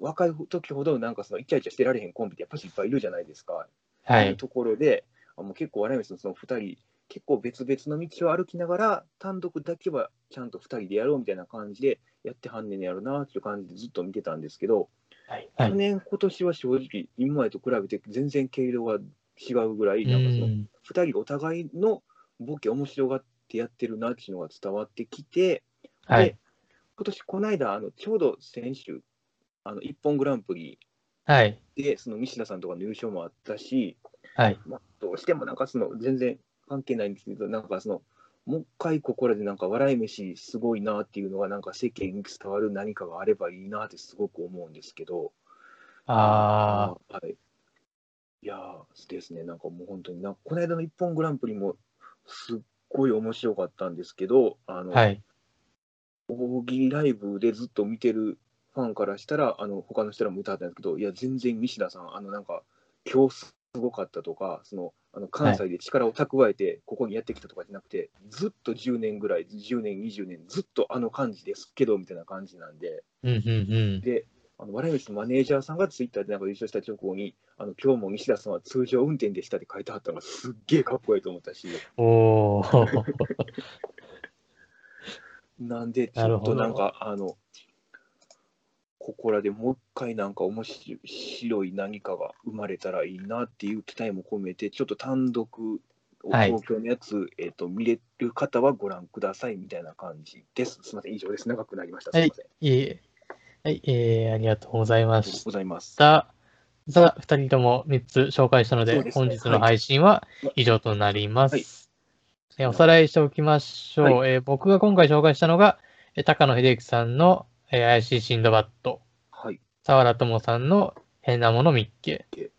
B: 若い時ほどなんかそのイチャイチャしてられへんコンビってやっぱりいっぱいいるじゃないですか。
A: は
B: いう
A: い。
B: ところで、あもう結構笑い飯のその2人、結構別々の道を歩きながら、単独だけはちゃんと2人でやろうみたいな感じでやってはんねんやろなっていう感じでずっと見てたんですけど、
A: はい。は
B: 去
A: い。
B: 年、今年は正直、今までと比べて全然毛色が違うぐらい、
A: う
B: なんかその
A: ん。
B: 2人がお互いのボケ面白がってやってるなっていうのが伝わってきて、
A: はい
B: で。今年この間、あのちょうど先週、あの一本グランプリ
A: はい。
B: で、その西田さんとかの優勝もあったし、
A: はい。
B: まあ、どうしてもなんかその全然関係ないんですけどなんかそのもう一回ここらでなんか笑い飯すごいなっていうのがなんか世間に伝わる何かがあればいいなってすごく思うんですけど
A: あ
B: あはいいやーですねなんかもう本当になんかこの間の「一本グランプリ」もすっごい面白かったんですけどあ
A: あ。
B: の、
A: はい。
B: 大喜利ライブでずっと見てるファンからしたら、あの他の人らも見たんですけど、いや、全然西田さん、あのなんか、今日すごかったとか、そのあの関西で力を蓄えて、ここにやってきたとかじゃなくて、ずっと10年ぐらい、10年、20年、ずっとあの感じですけどみたいな感じなんで、
A: うん。うん。うん。
B: で、あの笑い飯のマネージャーさんがツイッターでなんか優勝した直後に、あの今日も西田さんは通常運転でしたって書いてあったのが、すっげえかっこいいと思ったし。
A: おー
B: なんで、ち
A: なる
B: ょっ
A: ほど
B: となんか、あの、ここらでもう一回なんか面白い何かが生まれたらいいなっていう期待も込めて、ちょっと単独を、
A: はい
B: 東京のやつ、えっ、と、見れる方はご覧くださいみたいな感じです。すみません、以上です。長くなりました。す
A: は
B: み
A: い
B: ません。あ
A: いえいえ。はい。えー、ありがとうございま
B: りがと
A: し
B: うございます。
A: た。さあ、2人とも3つ紹介したので、
B: そうですね
A: 本日の配信は
B: はい
A: 以上となります。
B: はい
A: えーおさらいしておきましょう。
B: は
A: えー僕が今回紹介したのが、えー高野秀樹さんの、えー怪しいシンドバッド、
B: はい。
A: 沢田智さんの変なものミッケ
B: ケ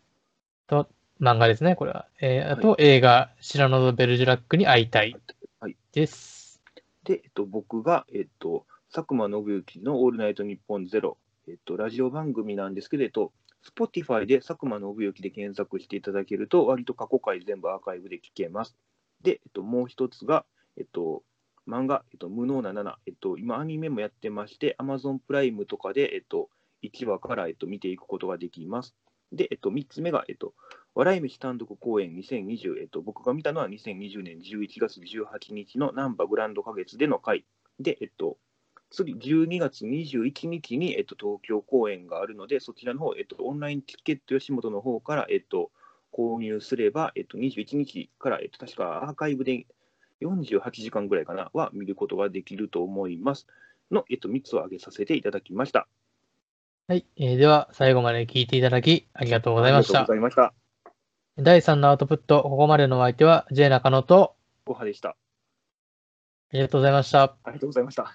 A: と漫画ですね、これは。えーあと、映画、シラノド・ベルジュラックに会いたい
B: はい
A: です。
B: で、えっと、僕が、えっと、佐久間信行の「オールナイトニッポンゼロえっと、ラジオ番組なんですけれど、Spotify で佐久間信行で検索していただけると、割と過去回全部アーカイブで聞けます。で、えっと、もう一つが、えっと、漫画、えっと、無能な7、えっと、今、アニメもやってまして、Amazon プライムとかで、えっと、1話から、えっと、見ていくことができます。で、えっと、3つ目が、えっと、笑い飯単独公演2020、えっと、僕が見たのは2020年11月18日のナンバグランド花月での回で、えっと、次、12月21日に、えっと、東京公演があるので、そちらの方、えっと、オンラインチケット吉本の方から、えっと、購入すれば、えっと、21日から、えっと、確かアーカイブで48時間ぐらいかな、は見ることができると思います。の、えっと、3つを挙げさせていただきました。
A: はい、えーでは、最後まで聞いていただき、ありがとうございまし
B: ありが
A: た
B: と。うございました。
A: 第3のアウトプット、ここまでのお相手は、J 中野と、
B: ごはでした。
A: ありがとうございました。
B: ありがとうございました。